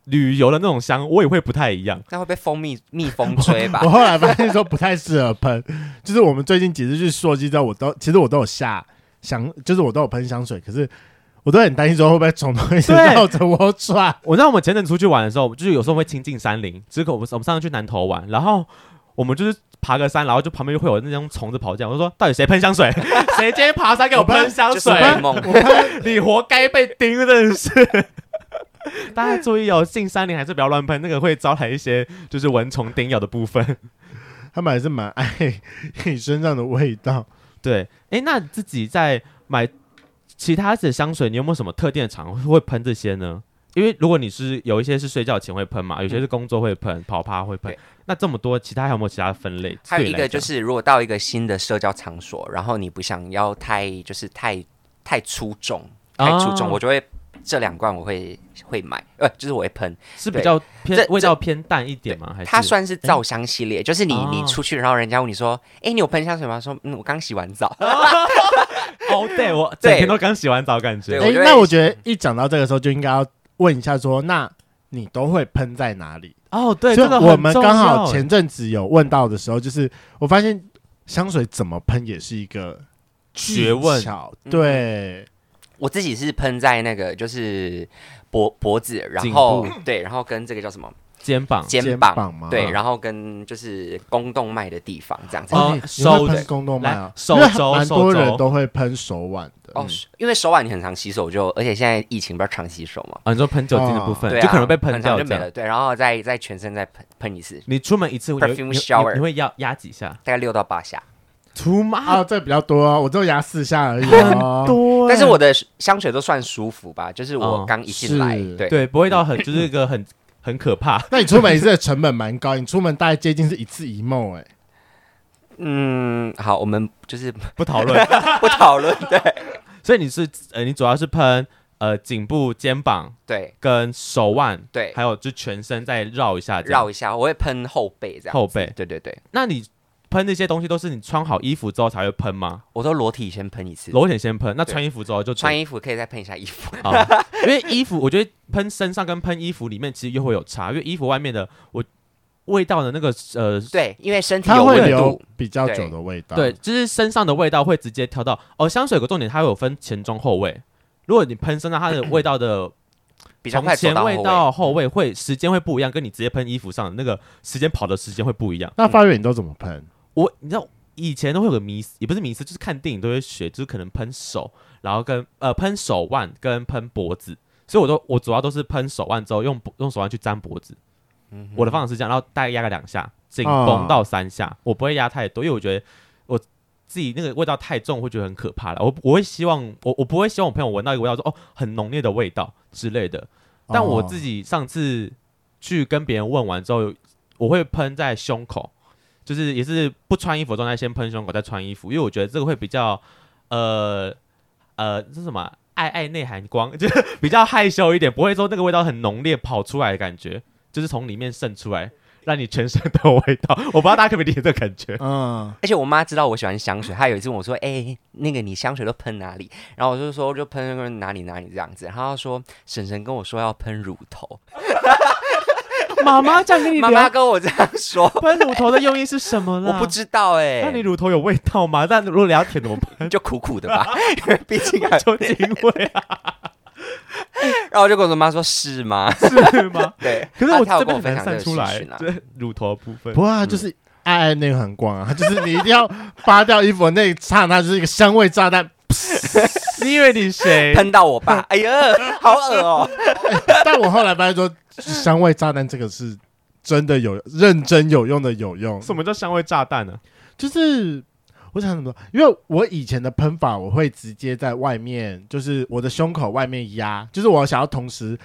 旅游的那种香，我也会不太一样。
那会被蜂蜜蜜蜂追吧
我？后来发现说不太适合喷，就是我们最近几次去溯溪之后，我都其实我都有下香，就是我都有喷香水，可是我都很担心说会不会虫洞一直
对
绕着我转。
我知道我们前阵出去玩的时候，就是有时候会亲近山林，只是我们我们上次去南投玩，然后我们就是爬个山，然后就旁边就会有那种虫子跑进来，我就说到底谁喷香水？ 谁今天爬山给我喷香
就是
水？
美梦，
你活该被盯，真的 是。大家注意哦，进山林还是不要乱喷，那个会招来一些就是蚊虫叮咬的部分。
他们还是蛮爱你身上的味道。
对，哎，那自己在买其他的香水，你有没有什么特定的场合会喷这些呢？因为如果你是有一些是睡觉前会喷嘛，有些是工作会喷，跑趴会喷
嗯对，
那这么多，其他还有没有其他分类？
还有
对
一
你
个
来
就
讲
是，如果到一个新的社交场所，然后你不想要太就是太太出众，太出众，
啊
我就会这两罐我会会买，呃，就是我会喷。
是比
对
较
这
偏
这
味道偏淡一点吗？还是
它算是皂香系列，就是你
哦
你出去，然后人家问你说，哎，你有喷香水吗？说，嗯，我刚洗完澡。
哦， 对我整
对
天都刚洗完澡，感觉
对我
哎、
觉得
那我觉得一讲到这个时候，就应该要问一下说，那你都会喷在哪里？
哦，对，
所以
这个
我
很
们
重
刚好
要
前阵子有问到的时候，就是我发现香水怎么喷也是一个
学问
技巧，
嗯
对，
我自己是喷在那个就是脖脖子，然
颈
后
部哦
对，然后跟这个叫什么
肩膀啊
肩膀，
膀嘛，
对，然后跟就是宫动脉的地方这样子。
哦
哦，你你会
手
喷
的
宫动脉啊
来，手
因为
肘
蛮
手
多
肘
人都会喷手腕的。
哦
嗯，
因为手腕你很常洗手就，而且现在疫情不是常洗手嘛，
啊，你说喷酒精的部分
对、啊，
就可能被喷
很常
掉
就
这
没
样
了。。对，然后再再全身再喷喷一次，
你出门一次，你会
Perfume
你你
shower
你会压压几下？
大概六到八下。
出门
啊，这比较多哦，我只有牙四下而已
很
哦。
多欸，
但是我的香水都算舒服吧，就是我
哦
刚一进来，
是
对，
对不会到很就是一个很很可怕。
那你出门一次的成本蛮高，你出门大概接近是一次一梦哎。
嗯，好，我们就是
不讨 论。
不讨论， 对
所以你是呃，你主要是喷呃颈部、肩膀
对
跟手腕，
对
还有就全身再绕一下，
绕一下，我会喷后背这样，
后背。
对对对，
那你喷那些东西都是你穿好衣服之后才会喷吗？
我都裸体先喷一次，
裸体先喷，那
对
穿衣服之后就
穿
衣
衣服可以再喷一下衣服，
啊，因为衣服我觉得喷身上跟喷衣服里面其实又会有差，因为衣服外面的我味道的那个呃。
对，因为身体
它
有
会
温
留
度，
比较久的味道。
对，，就是身上的味道会直接挑到哦。香水有个重点，它会有分前中后味。如果你喷身上，它的味道的
比较
从
快走
前
到
味
后
到后味会时间会不一样，跟你直接喷衣服上的那个时间跑的时间会不一样。
那发源你都怎么喷？
我你知道以前都会有个迷思，也不是迷思，就是看电影都会学，就是可能喷手，然后跟呃喷手腕跟喷脖子，所以我都我主要都是喷手腕之后用脖用手腕去粘脖子，
嗯哼
我的方法是这样，然后大概压个两下，紧
啊
绷到三下，我不会压太多，因为我觉得我自己那个味道太重，会觉得很可怕了。我我会希望我我不会希望我朋友闻到一个味道说哦很浓烈的味道之类的，但我自
己
己上次去跟别人问完之后，我会喷在胸口，就是也是不穿衣服的状态先喷胸口，再穿衣服，因为我觉得这个会比较呃呃这是什么啊爱爱内涵光， 就是比较害羞一点，不会说那个味道很浓烈跑出来的感觉，就是从里面渗出来。让你全身都有味道，我不知道大家可不可以理解这个感觉。
嗯，
而且我妈知道我喜欢香水，她有一次问我说：“哎、那个你香水都喷哪里？”然后我就说就喷哪里哪里这样子。然后她说：“婶婶跟我说要喷乳头。
妈妈这样跟”你
妈妈跟我这样说，
喷乳头的用意是什么
我
啦？
不知道哎、
那你乳头有味道吗？那如果你要舔怎么 办？
就苦苦的吧，因为毕竟 还……
酒精味啊，
然后我就跟我妈说：“ 是吗
是吗？？”
对，
可是我
她她
这
有跟
边很
我分
难
享
散
这个
出
资
来
讯，啊。
这乳头的部分
不。过它就是爱爱那个很广啊，它就是你一定要扒掉衣服的那一刹那，就是一个香味炸弹。
你以为你 谁？
喷到我爸，哎呀，好恶哦、
但我后来发现说，香味炸弹这个是真的有认真有用的有用，
什么叫香味炸弹呢？
就是我想怎么说，因为我以前的喷法，我会直接在外面，就是我的胸口外面压，就是我想要同时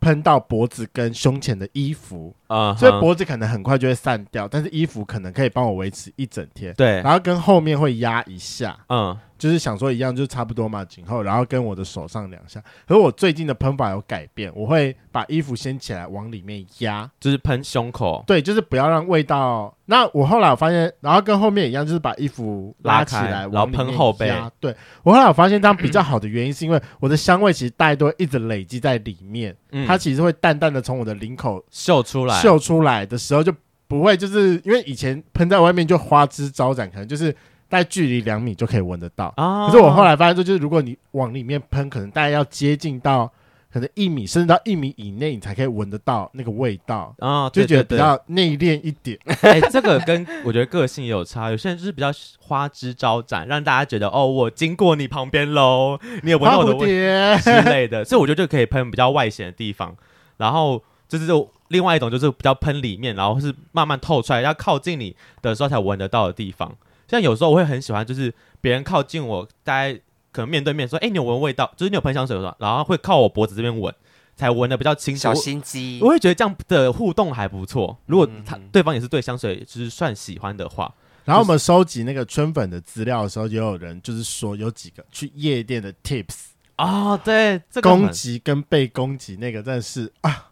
喷到脖子跟胸前的衣服，
啊
所以脖子可能很快就会散掉，但是衣服可能可以帮我维持一整天。
对，
然后跟后面会压一下，
嗯，
就是想说一样，就差不多嘛，颈后，然后跟我的手上两下。可是我最近的喷法有改变，我会把衣服掀起来往里面压，
就是喷胸口，
对，就是不要让味道。那我后来我发现，然后跟后面一样，就是把衣服拉
拉
起
开
来，
然
往
后
里
喷
面
后背
压对我后来我发现这样比较好的原因，是因为我的香味其实大家都会一直累积在里面，
嗯，
它其实会淡淡的从我的领口
秀出来，
秀出来的时候，就不会就是因为以前喷在外面就花枝招展，可能就是在距离两米就可以闻得到。
啊。
可是我后
来
来发现说，就是如果你往里面喷，可能大概要接近到可能一米，甚至到一米以内，你才可以闻得到那个味道，
啊，
就
对
觉得
对
比
对，
较内敛一点。
哎，这个跟我觉得个性也有差，有些人就是比较花枝招展，让大家觉得哦，我经过你旁边喽，你有闻
哎花
到我的
蝴
味
蝶，
之类的，所以我觉得就可以喷比较外显的地方，然后就是就另外一种就是比较喷里面，然后是慢慢透出来，要靠近你的时候才闻得到的地方。像有时候我会很喜欢，就是别人靠近我，大概可能面对面说：“哎、你有闻味道？”就是你有喷香水吗？然后会靠我脖子这边闻，才闻的比较清楚。
小
我
心机
我，会觉得这样的互动还不错。如果他
嗯哼
对方也是对香水就是算喜欢的话，
然后我们收集那个春粉的资料的时候，也有人就是说有几个去夜店的 tips，
哦，对，这个
攻
很
击跟被攻击那个真的是啊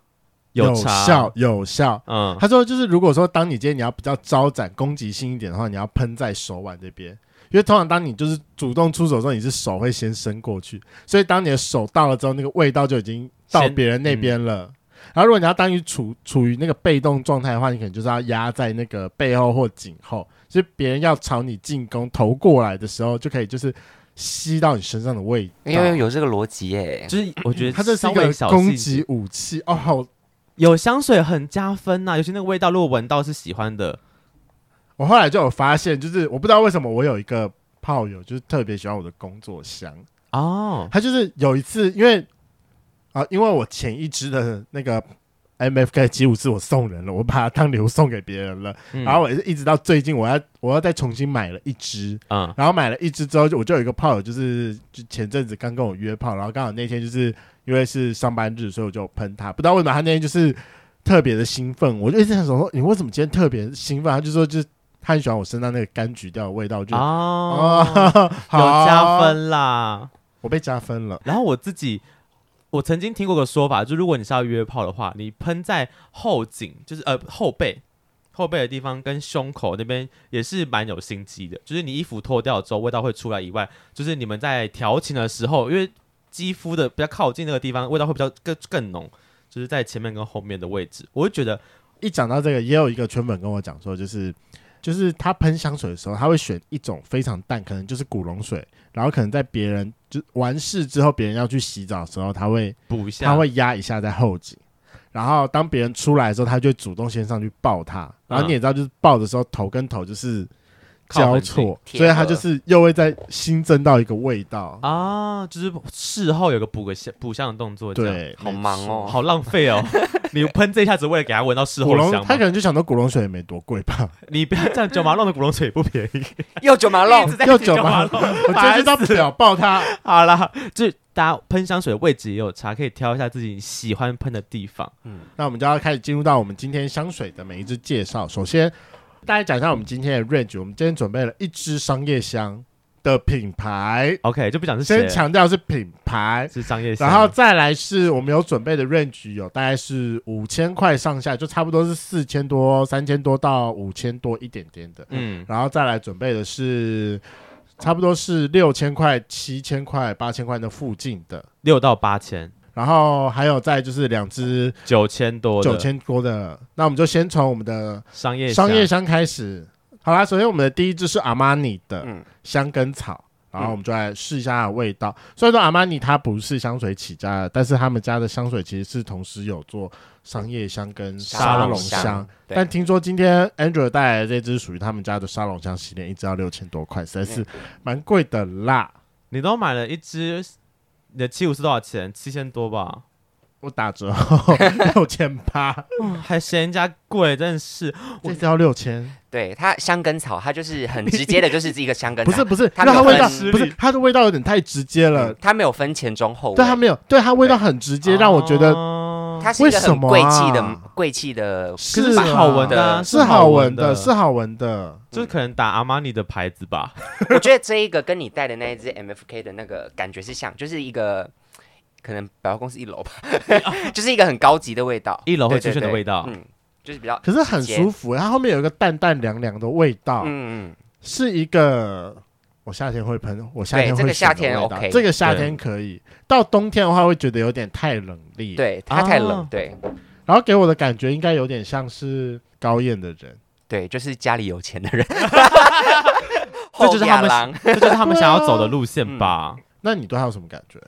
有差，
效有效。
嗯，
他说，就是如果说当你今天你要比较招展攻击性一点的话，你要喷在手腕这边，因为通常当你就是主动出手的时候，你是手会先伸过去，所以当你的手到了之后，那个味道就已经到
先
别人那边了。然后，如果你要当于处处于那个被动状态的话，你可能就是要压在那个背后或颈后，就是别人要朝你进攻投过来的时候，就可以就是吸到你身上的味道。
因为有这个逻辑耶。
嗯就是我觉得
它这是
稍
一
微
个
小
攻
细节
击武器哦，好
有香水很加分呐、尤其那个味道，如果闻到是喜欢的，
我后来就有发现，就是我不知道为什么我有一个炮友，就是特别喜欢我的工作箱。
哦，
他就是有一次，因为啊、因为我前一支的那个 MFK 吉五是我送人了，我把它当礼物送给别人了。
嗯
然后我也是一直到最近，我要我要再重新买了一支，
嗯
然后买了一支之后，就我就有一个炮友，就是就前阵子刚跟我约炮，然后刚好那天就是因为是上班日，所以我就喷他。不知道为什么他那天就是特别的兴奋，我就一直想说，你为什么今天特别兴奋？他就说就是他很喜欢我身上那个柑橘调的味道，我就、
哦，有
好
加，分啦。
我被加分了。
然后我自己，我曾经听过个说法，就如果你是要约炮的话，你喷在后颈，就是呃后背。后背的地方跟胸口那边也是蛮有心机的，就是你衣服脱掉之后味道会出来以外，就是你们在调情的时候，因为肌肤的比较靠近那个地方，味道会比较更更浓，就是在前面跟后面的位置，我会觉得
一讲到这个，也有一个圈粉跟我讲说，就是就是他喷香水的时候，他会选一种非常淡，可能就是古龙水，然后可能在别人就完事之后，别人要去洗澡的时候，他会
补一下，
他会压一下在后颈，然后当别人出来的时候，他就会主动先上去抱他。然后你也知道，就是抱的时候头跟头就是
嗯靠
交
很近
错，
贴合
所以他就是又会再新增到一个味道。
啊，就是事后有个补个香补香的动作，这样，
对，
好忙哦
好浪费哦。你喷这一下只为了给他闻到事
古
后的
龙
香
他
吗
可？能就想到古龙水也没多贵吧。
你不要这样，九马弄的古龙水也不便宜，
又九 马
一
龙
直，在
又
提九马
九
弄。
我真知道不了抱他。
好啦，就大家喷香水的位置也有差，可以挑一下自己喜欢喷的地方。
嗯
那我们就要开始进入到我们今天香水的每一支介绍。首先，大家讲一下我们今天的 range。我们今天准备了一支商业香的品牌，
OK，就不讲是谁
先，强调是品牌。
是商业香。
然后再来是我们有准备的 range 有大概是五千块上下，就差不多是四千多、三千多到五千多一点点的。
嗯，
然后再来准备的是差不多是六千块、七千块、八千块的附近的。
六到八千，
然后还有再就是两支
九千多的
九千多的，那我们就先从我们的
商业
商业
香
香开始。好啦，首先我们的第一支是阿玛尼的
嗯
香根草，然后我们就来试一下它的味道。虽然说阿玛尼它不是香水起家的，但是他们家的香水其实是同时有做商业香跟沙龙
沙龙
香
香。对
但听说今天 Andrew 带来的这支属于他们家的沙龙香系列，一支要六千多块，实在
嗯
是蛮贵的啦。
你都买了一支，你的七五是多少钱？七千多吧，
我打折 后六千八，
嗯还嫌人家贵，真的是。
这支要六千，
对它香根草，它就是很直接的，就是一个香 根
不
草，
是不是，
它
因为它
没有
味道
分
不是它的味道有点太直接了
嗯，它没有分前中后
对它
味，
没有，对它味道很直接，让我觉得
哦
它是一个
为什
很
么啊
贵气的贵气的，
可是
啊
是好闻的啊
是好闻的，
是
是好闻的。
就是可能打阿玛尼的牌子吧。
我觉得这一个跟你带的那一只 MFK 的那个感觉是像，就是一个可能百货公司一楼吧， 就是一个很高级的味道，
一楼会
对
出现的味道，
对对嗯，就是比较
哦可是很
直接
舒服，啊它后面有一个淡淡凉凉的味道，
嗯嗯，
是一个我夏天会喷，我夏天
对
会
这个
选
夏
的
天
味道
OK
这个夏天可以。到冬天的话会觉得有点太冷冽，。
对，它太冷，
啊
对
然后给我的感觉应该有点像是高艳的人，
对，就是家里有钱 的人，
这就是他们
后亚 郎嗯
这就是他们想要走的路线吧。
那你对他有什么感觉？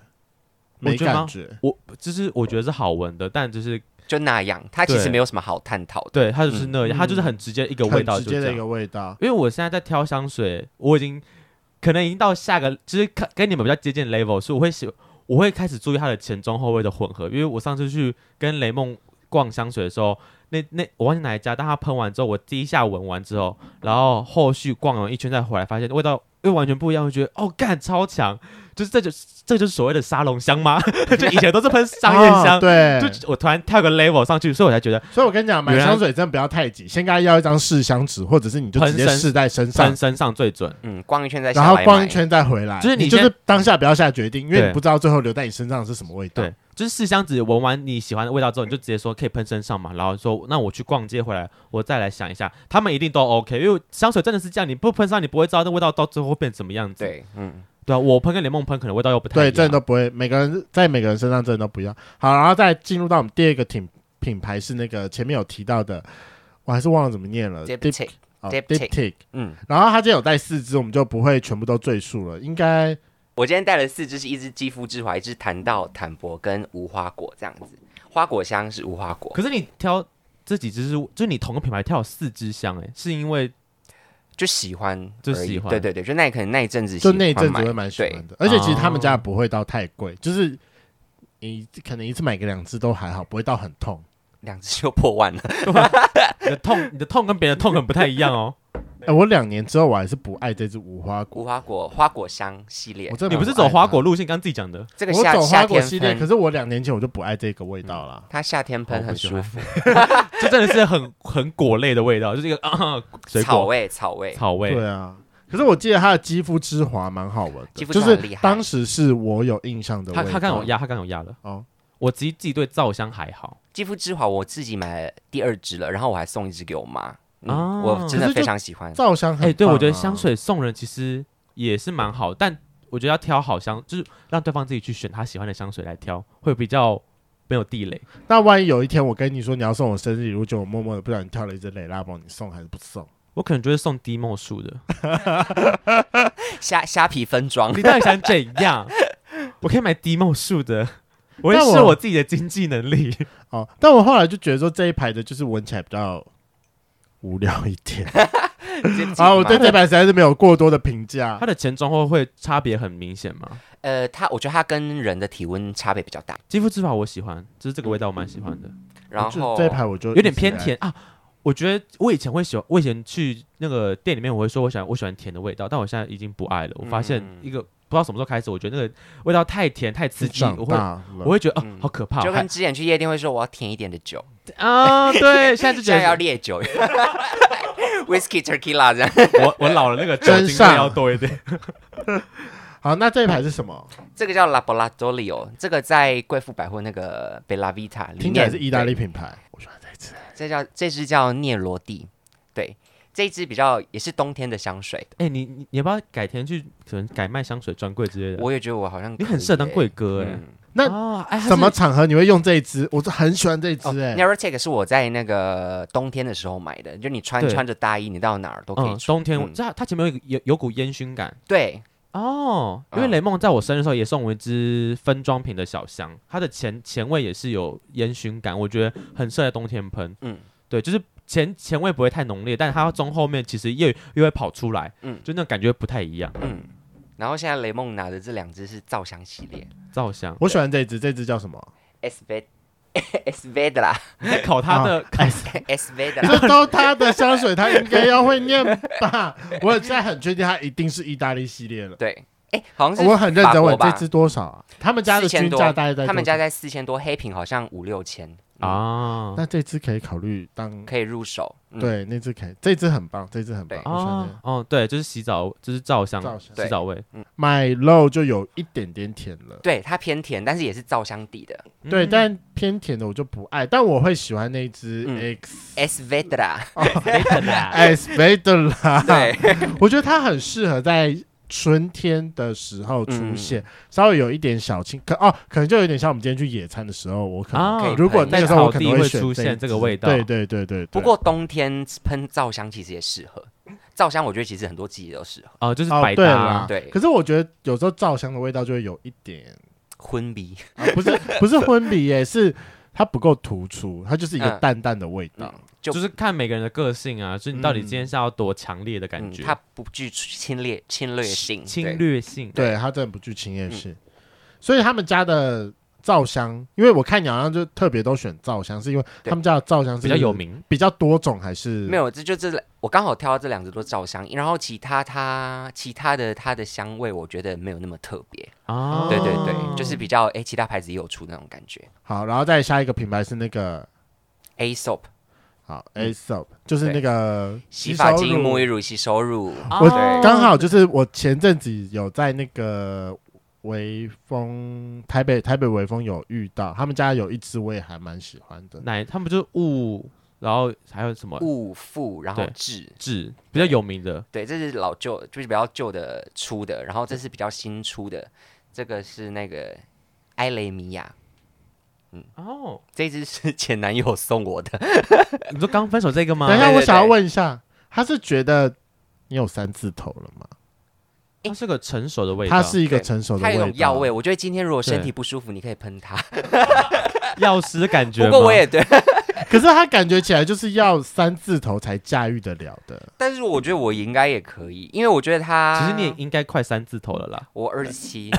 我
没
觉得吗
感觉，
我就是我觉得是好闻的，但就是
就那样，它其实
对
没有什么好探讨的，
对它就是那
嗯
样，它就是很直接一个味
很
道
直
就
接
这
的一
样。
个味道。
因为我现在在挑香水，我已经可能已经到下个，就是看跟你们比较接近的 level，所以我会喜我会开始注意它的前中后味的混合。因为我上次去跟雷梦逛香水的时候，那那我忘记哪一家，但他喷完之后，我第一下闻完之后，然后后续逛完一圈再回来，发现味道又完全不一样，我觉得哦干超强，就是这就是这就是所谓的沙龙香吗？ 就以前都是喷商业香，
哦对，
就我突然跳个 level 上去，所以我才觉得
所以我跟你讲，买
原来
香水真的不要太急，先跟他要一张试香纸，或者是你就直接
喷身
试在身上
穿，身上最准。
嗯，逛一圈再下
然
来
后
买
逛一，圈再回来。
就是你
你就
先
是当下不要下决定，因为
对
你不知道最后留在你身上是什么味道。
对，就是试香纸闻完你喜欢的味道之后，你就直接说可以喷身上嘛，然后说那我去逛街回来，我再来想一下，他们一定都 OK，因为香水真的是这样，你不喷上你不会知道那味道到最后会变成什么样子。
对，嗯，
对啊，我喷跟联梦喷可能味道又不太一
对，
样。
真的都不会，每个人在每个人身上真的都不一样。好，然后再进入到我们第二个品品牌是那个前面有提到的，我还是忘了怎么念了
d i p t i
哦
Diptyque
Diptyque
嗯，
然后它今天有带四支，我们就不会全部都赘述了，应该
我今天带了四支，是一支肌肤之华，一支檀道、檀柏跟无花果这样子。花果香是无花果，
可是你挑这几支是，就是你同个品牌挑有四支香、欸，是因 为
就喜欢，
就喜欢
对对对，就那可能那一阵子喜
就
欢
那一阵子
买
会蛮喜
对
欢的。而且其实他们家也不会到太
哦
贵，就是你可能一次买个两支都还好，不会到很痛。
两支就破万了。
你的痛，你的痛跟别人的痛很不太一样哦。
哎，我两年之后我还是不爱这支无花果，
无花果花果香系列
我，真的
你不是
爱
走花
它
果路线，刚刚自己讲的，
这个
我
夏
走
夏
花果
天嗯
系列，可
喷，
是我两年前我就不爱这个味道啦。
它夏天喷
哦
很
不喜
舒
欢
服，
这真的是很很果类的味道，就是一个啊、水果
草味草味。
草味
对啊，可是我记得它的肌肤之华蛮好闻的，
肌肤
就
之华
是
很厉害
当时是我有印象的味
他
道。
他刚有压，他刚有压了。
哦
哦，我自己自己对皂香还好，
肌肤之华我自己买了第二支了，然后我还送一支给我妈，嗯
哦
我真
啊可
的
是就
非常喜欢。
皂香很、啊
哎、对我觉得香，水送人其实也是蛮好，但我觉得要挑好香，就是让对方自己去选他喜欢的香水来挑，会比较没有地雷。
那万一有一天我跟你说你要送我生日礼物，结果我默默的不小心挑了一支蕾拉蒙，你送还是不送？
我可能就会送低墨数的，
虾虾皮分装，
你到底想怎样？我可以买低墨数的，我会
但我
试我自己的经济能力。
哦，但我后来就觉得说这一排的就是闻起来比较无聊一 点啊，我对这排实在是没有过多的评价
它。的前中后会差别很明显吗？
呃，它我觉得它跟人的体温差别比较大，
肌肤之法我喜欢，就是这个味道我蛮喜欢的，
然
就
后
哦这一排我就
有点偏
一直以来
甜啊。我觉得我以前会喜欢，我以前去那个店里面，我会说我喜欢我喜欢甜的味道，但我现在已经不爱了。我发现
嗯
一个、不知道什么时候开始，我觉得那个味道太甜太刺激，
长
我会
大
我
了。
会觉得啊、
嗯
好可怕
就
哦。还
跟之前去夜店会说我要甜一点的酒，
啊、对，现在就觉
现在要
得
烈酒，whisky tequila 这样。
我我老了，那个酒
真
精味
上
要多一 点。
好，那这一排是什么？
这个叫 Laboratorio，这个在贵妇百货那个 Bella Vita 里面，
听起来是意大利
对。
品牌。我喜欢这一支。
这叫这支叫涅罗蒂，对，这一支比较也是冬天的香水。
哎、你你你要不要改天去可能改卖香水专柜之类的？
我也觉得我好像
你
可
很
以
适合当
耶
贵哥哎、
嗯
那
啊哎、还
什么
是
场合你会用这一支？我是很喜欢这一支
哦
哎、
，Neurotech 是我在那个冬天的时候买的，就你穿
对
穿着大衣，你到哪儿都可以
嗯，
穿。
冬天，
嗯
这它它前面有一个有有股烟熏感。
对，
哦，因为
嗯
雷梦在我生日的时候也送我一支分装瓶的小香，它的前前味也是有烟熏感，我觉得很适合在冬天喷。
嗯
嗯，对，就是前前味不会太浓烈，但它中后面其实又又会跑出来，
嗯
嗯，就那种感觉不太一样。
嗯。然后现在雷梦拿的这两支是皂香系列
皂香，
我喜欢这一支，这支叫什么？
s v e s v e d l a
你在考它的，考
s v e d l a
这都他的香水，他应该要会念吧？我现在很确定，它一定是意大利系列了。
对，哎，好像是
哦我很认真问
法国吧
这支多少啊？他们家的均价大概在多少
他们家在四千多，黑瓶好像五六千，嗯
啊
那这支可以考虑当
可以入手。嗯，
对那支可以，这支很棒，这支很棒。
对
我喜欢这
哦哦，对，就是洗澡，就是皂香，
皂香
洗澡味。
个买 low 就有一点点甜了，
对，它偏甜，但是也是皂香底的
对，
嗯
但偏甜的我就不爱，但我会喜欢那支
嗯
X
s v e d l a
啊
S v e d e l
对，
我觉得它很适合在春天的时候出现，
嗯
稍微有一点小清，可哦，可能就有点像我们今天去野餐的时候，我可能、
啊，
如果那
在
个时候我
草
可
地
能
会
选
出现
一
这
支
个味道，
对对对对对
不过冬天喷皂香其实也适合，皂香我觉得其实很多季节都适合，
哦，就是
哦
百
对
搭
啦，
对
可是我觉得有时候皂香的味道就会有一点，
昏迷。
啊、不是 不是婚礼耶，是它不够突出，它就是一个
嗯
淡淡的味道。
嗯就
就是看每个人的个性啊，就是你到底
嗯
今天是要多强烈的感
嗯，
觉，
它不具侵略侵略性，对
侵略性，嗯
对，它真的不具侵略性，所以他们家的皂香，因为我看你好像就特别都选皂香，是因为
对
他们家的皂香是
比较有，名。
比较多种还是
没有，这就这，我刚好挑到这两只都照香，然后其他它其他的它的香味，我觉得没有那么特别。
啊，
对对
哦
对，就是比较哎，其他牌子也有出那种感觉。
好？然后再下一个品牌是那个
A soap
好 A soap，就是那
嗯对
个
洗发
收
精、
乳
沐浴乳、洗手乳，
我
对
刚好就是我前阵子有在那个微风台北台北微风有遇到，他们家有一支我也还蛮喜欢的。
奶他们就是雾，然后还有什么
雾馥，然后
对
质。
痣，比较有名的。
对，这是老旧，就是比较旧的出的，然后这是比较新出的，这个是那个埃雷米亚，
哦，
这只是 前男友送我的，
你说刚分手这个吗
等一？下，
对
我
对
想要
对
问一下，他是觉得你有三字头了吗？
它是个成熟的味道，
它是一个
对
成熟的
它有一
味
种药
道，
味。我觉得今天如果身
对
体不舒服，你可以喷它。
药师的感觉吗。
不过我也对，
可是它感觉起来就是要三字头才驾驭得了的。
但是我觉得我应该也可以，因为我觉得它
其实你也应该快三字头了啦，
我二十七，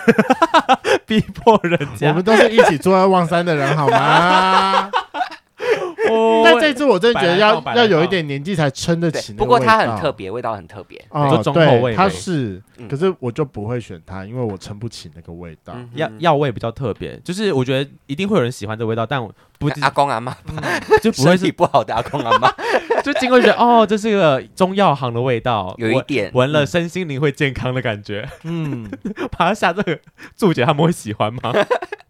逼迫人
我
家
们。都是一起坐在望山的人，好吗？
哦
但这次我真的觉得
摆来
要
放摆来
要有一
放
点年纪才撑得
对
起，那个
不过它
味
很
道
特别，味道很特别。
哦，
就中
对
后味
它
味
是，
嗯
可是我就不会选它，因为我撑不起那个味道。
嗯哼
药药味比较特别，就是我觉得一定会有人喜欢这味道，但我不
阿公阿妈，
就不
身
会
体
是
不好的阿公阿妈，
就经过就觉得哦，这是个中药行的味道，
有一
闻
点嗯
闻了身心灵会健康的感觉。
嗯，
把它下这个注解，他们会喜欢吗？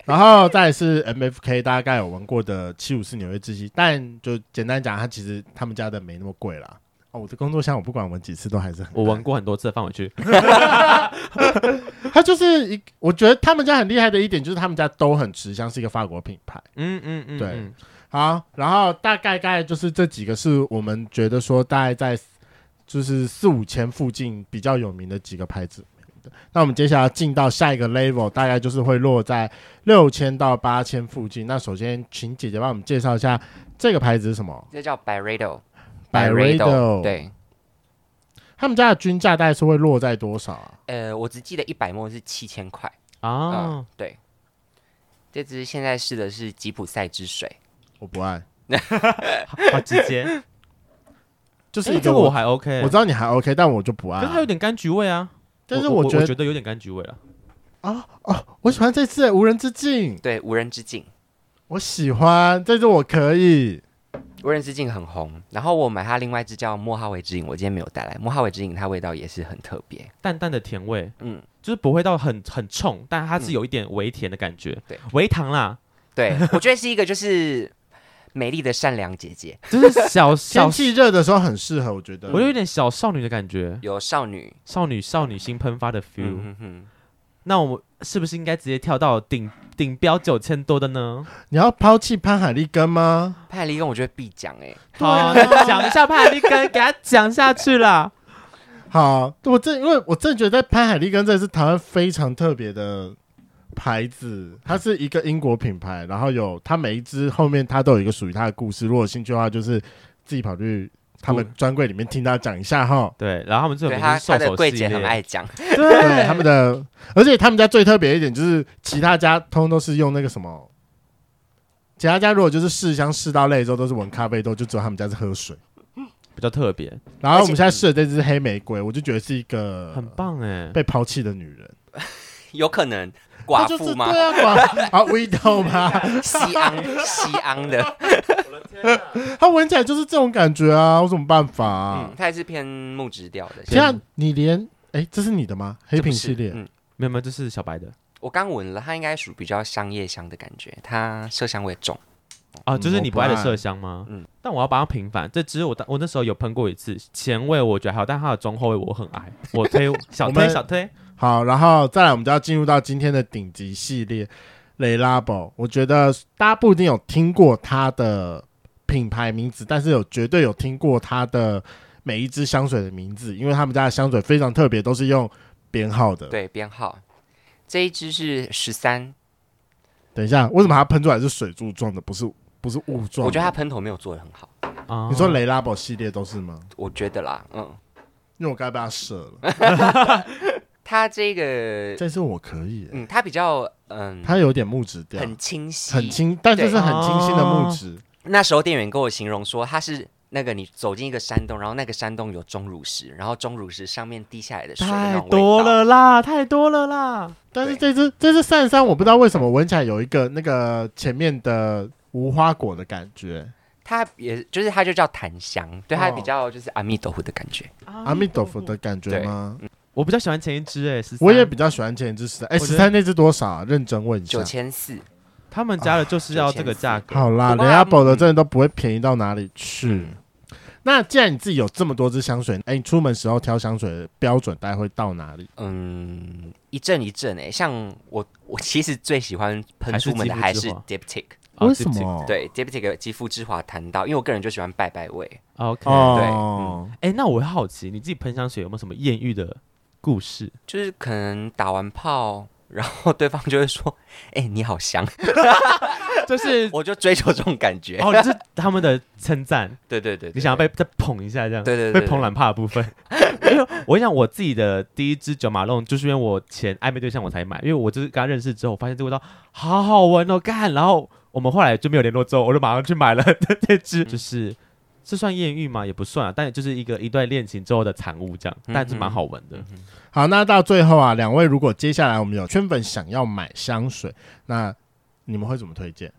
然后再来是 M F K，大概有闻过的七五四纽约之息，但就简单讲，它其实他们家的没那么贵啦。哦，我的工作箱我不管闻几次都还是很，
我闻过很多次，放回去。
它就是一，我觉得他们家很厉害的一点就是他们家都很吃香，是一个法国品牌。
嗯嗯嗯，
对
嗯
好，然后大概大概就是这几个是我们觉得说大概在就是四五千附近比较有名的几个牌子。那我们接下来进到下一个 level，大概就是会落在六千到八千附近。那首先，请姐姐帮我们介绍一下这个牌子是什么
这叫 Byredo。
Byredo
对，
他们家的均价大概是会落在多少啊？
呃，我只记得一百墨是七千块。
啊
嗯，对。这只现在试的是吉普赛之水，
我不爱，
好好直接。
就是
诶
一
这
个
个我
我、
还 OK，
我知道你还 OK，但我就不爱
可是它有
啊。
点柑橘味啊。
但是
我
觉得
我
哦
觉得有点柑橘味了。
我喜欢这次的无人之境，
对，无人之境，
我喜欢这次我可以。
无人之境很红。然后我买它另外一只叫莫哈维之影，我今天没有带来。莫哈维之影它味道也是很特别，
淡淡的甜味，
嗯，
就是不会到很很冲，但它是有一点微甜的感觉，
对，
微糖啦，
对 我觉得是一个就是美丽的善良姐姐，
就是小小
天，气热的时候很适合，我觉得。
我有点小少女的感觉，
有少女，
少女少女心喷发的 feel。
嗯哼哼，
那我们是不是应该直接跳到顶顶标九千多的呢？
你要抛弃潘海利根吗？
派利根我觉得必讲哎、
对
好，
啊
那讲一下帕利根，给他讲下去啦。
好，我真因为我真的觉得潘海利根这是台湾非常特别的牌子，它是一个英国品牌，然后有它每一支后面它都有一个属于它的故事。如果有兴趣的话，就是自己跑去他们专柜里面听他讲一下哈。
对，然后他们这
对
种
她
是
她
兽
的
首
柜
系
姐
列，
很爱讲，
对他们的，而且他们家最特别一点就是其他家通都是用那个什么。其他家如果就是试香试到累之后都是闻咖啡豆，就只有他们家是喝水。
比较特别，
然后
而
我
且
们现在试的这支黑玫瑰，我就觉得是一个
很棒哎。
被抛弃的女人，
有可能寡妇吗
她？就是对啊，寡啊 widow 吗？
西安西安的，
她闻起来就是这种感觉啊，有什么办法、啊
嗯，？它也是偏木质调的，
这样你连哎，这是你的吗？黑
这不
瓶
是
系列，
嗯
没有没有，这是小白的
哦
我刚闻了，它应该属比较香叶香的感觉，它麝香味重。
啊，
嗯
就是你不爱的
我不爱
麝香吗？
嗯
但我要帮它平反。这只我当我那时候有喷过一次，前味我觉得还好，但它的中后味我很爱。我推小
我们
推小推，
好，然后再来，我们就要进入到今天的顶级系列雷拉宝。我觉得大家不一定有听过它的品牌名字，但是有绝对有听过它的每一支香水的名字，因为他们家的香水非常特别，都是用编号的。
对，编号这一支是十三，
等一下，为什么它喷出来是水柱状的，不是不是雾状的？
我觉得它喷头没有做的很好，
啊
你说雷拉宝系列都是吗？
我觉得啦，嗯，
因为我该 被他射了，
它这个，
这次我可以、
嗯，它比较嗯，
它有点木质调，
很清晰，
很。清，但就是
对
很清新的木质。
那时候店员跟我形容说，它是那个你走进一个山洞，然后那个山洞有钟乳石，然后钟乳石上面滴下来的水的那
太
种味道
多。了啦，太多了啦。
哦
但是这只这只扇山，我不知道为什么闻起来有一个那个前面的无花果的感觉。
它也就是它就叫檀香，对它
哦
比较就是阿弥陀佛的感觉。
啊
阿弥陀佛的感觉
对
吗？
我比较喜欢前一支哎、13
我也比较喜欢前一只十三，哎，
我觉
十
得
三那只多少啊？认真问一下
九。千四，
他们家的就是要这个价格。
好啦，
不过嗯
人家
它
保的真的都不会便宜到哪里去
嗯。
那既然你自己有这么多支香水，哎，你出门时候挑香水的标准大概会到哪里？
嗯，一阵一阵诶、像我我其实最喜欢喷
还是
出门的
肌肤
还
之
是
华
Diptic，
哦
为什
这
么？
啊对 Diptic 的肌肤之华谈到，因为我个人就喜欢拜拜味，
？OK，哎、
嗯
哦，
那我会好奇，你自己喷香水有没有什么艳遇的故 事？
就是可能打完炮，然后对方就会说，哎、你好香，
就是
我就追求这种感觉。
哦，这是他们的称赞，
对对对对
你想要被再捧一下这样，
对对
被
对对
捧懒怕的部分。因为我想我自己的第一支九马龙，就是因为我前暧昧对象我才买，因为我就是跟他认识之后，我发现这个味道好好闻哦，干，然后我们后来就没有联络，之后我就马上去买了这这支，就是。这算艳遇吗？也不算啊，但就是一个一段恋情之后的产物，这样，但是蛮好闻的。
好，那到最后啊，两位如果接下来我们有圈粉想要买香水，那你们会怎么推荐？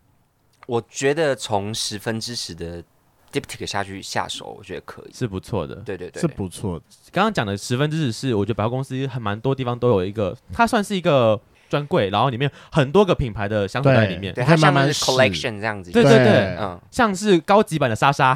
我觉得从十分之十的 Diptic 下去下手，我觉得可以。
是不错的。
对对对
是，不错的，
刚刚讲的十分之十是，我觉得百货公司很蛮多地方都有一个，它算是一个专柜，然后里面很多个品牌的香水在里面，
对，
你可以慢
它像
慢
是
试
collection 这样子。
对对对
嗯，
像是高级版的莎莎，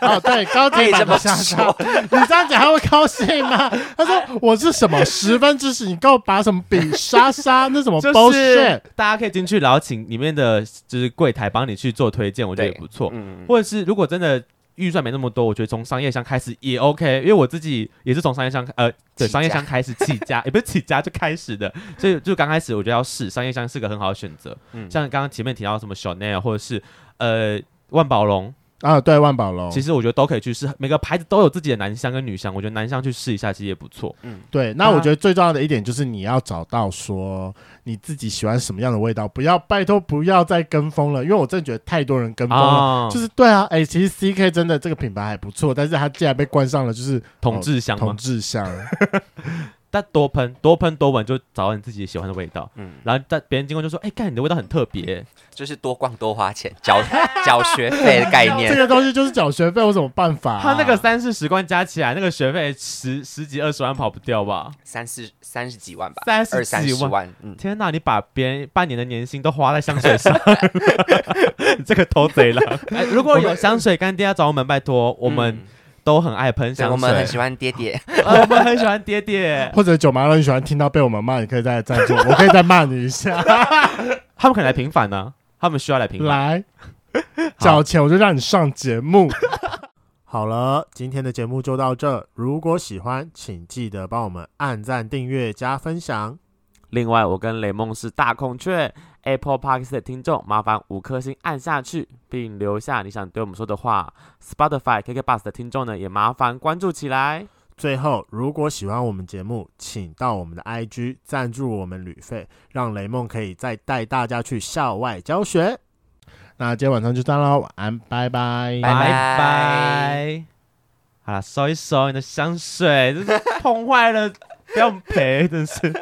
哦， 对，高
可
级
以这
版
么
的莎莎，
说。
你这样讲他会高兴 吗？他说我是什么十分之十，你给我把什么比莎莎那什
哦
么
就
bullshit，
是大家可以进去，然后请里面的就是柜台帮你去做推荐，我觉得也
对
不错。
嗯，
或者是如果真的预算没那么多，我觉得从商业箱开始也 OK，因为我自己也是从商业箱呃，对，
起
商业
家
箱开始起 家，也不是起家就开始的，所以就刚开始我觉得要试商业箱是个很好的选择。
嗯
像刚刚前面提到什么 Chanel 或者是呃万宝龙，
啊，对，万宝龙
哦
其。实我觉得都可以去试，每个牌子都有自己的男香跟女香，我觉得男香去试一下其实也不错。
对，
啊
那我觉得最重要的一点就是你要找到说你自己喜欢什么样的味道，不要拜托不要再跟风了，因为我真的觉得太多人跟风了。
哦
啊，
就是对啊，哎、其实 CK 真的这个品牌还不错，但是它竟然被冠上了就是
统治香嘛
同，志香，
但多喷多喷多闻就找到你自己喜欢的味道。
嗯
然后但别人经过就说：“哎、干你的味道很特 别。
就是多逛多花钱，缴 缴学费的 概
这
念。
个东西就是缴学费，有什么办法、啊
他那个，三四十罐加起来，那个学费十十几二十万跑不掉 吧？
三四三十几万吧，
三十
二三
几
十
万！
万，嗯，
天哪，你把别人半年的年薪都花在香水上， 你这个偷贼了、 哎如果有香水干爹要找我们，拜托，我们
嗯
都很爱喷
对
香水，
我们很喜欢爹爹，
欢， 我们很喜欢爹爹。
或者九麻人喜欢听到被我们骂，你可以再来赞助，我可以再骂你一下，
他们可能来平反呢、他们需要来平反。
来缴钱我就让你上节目。 好了，今天的节目就到这。如果喜欢，请记得帮我们按赞、订阅、加分享。
另外，我跟雷梦是大孔雀 Apple Park 的听众，麻烦五颗星按下去，并留下你想对我们说的话。Spotify KK Bus 的听众呢，也麻烦关注起来。
最后，如果喜欢我们节目，请到我们的 IG 赞助我们旅费，让雷梦可以再带大家去校外教学。那今天晚上就这样喽，晚安，拜拜。
拜
拜拜。好了，收一收你的香水，这是碰坏了，不要赔，真是。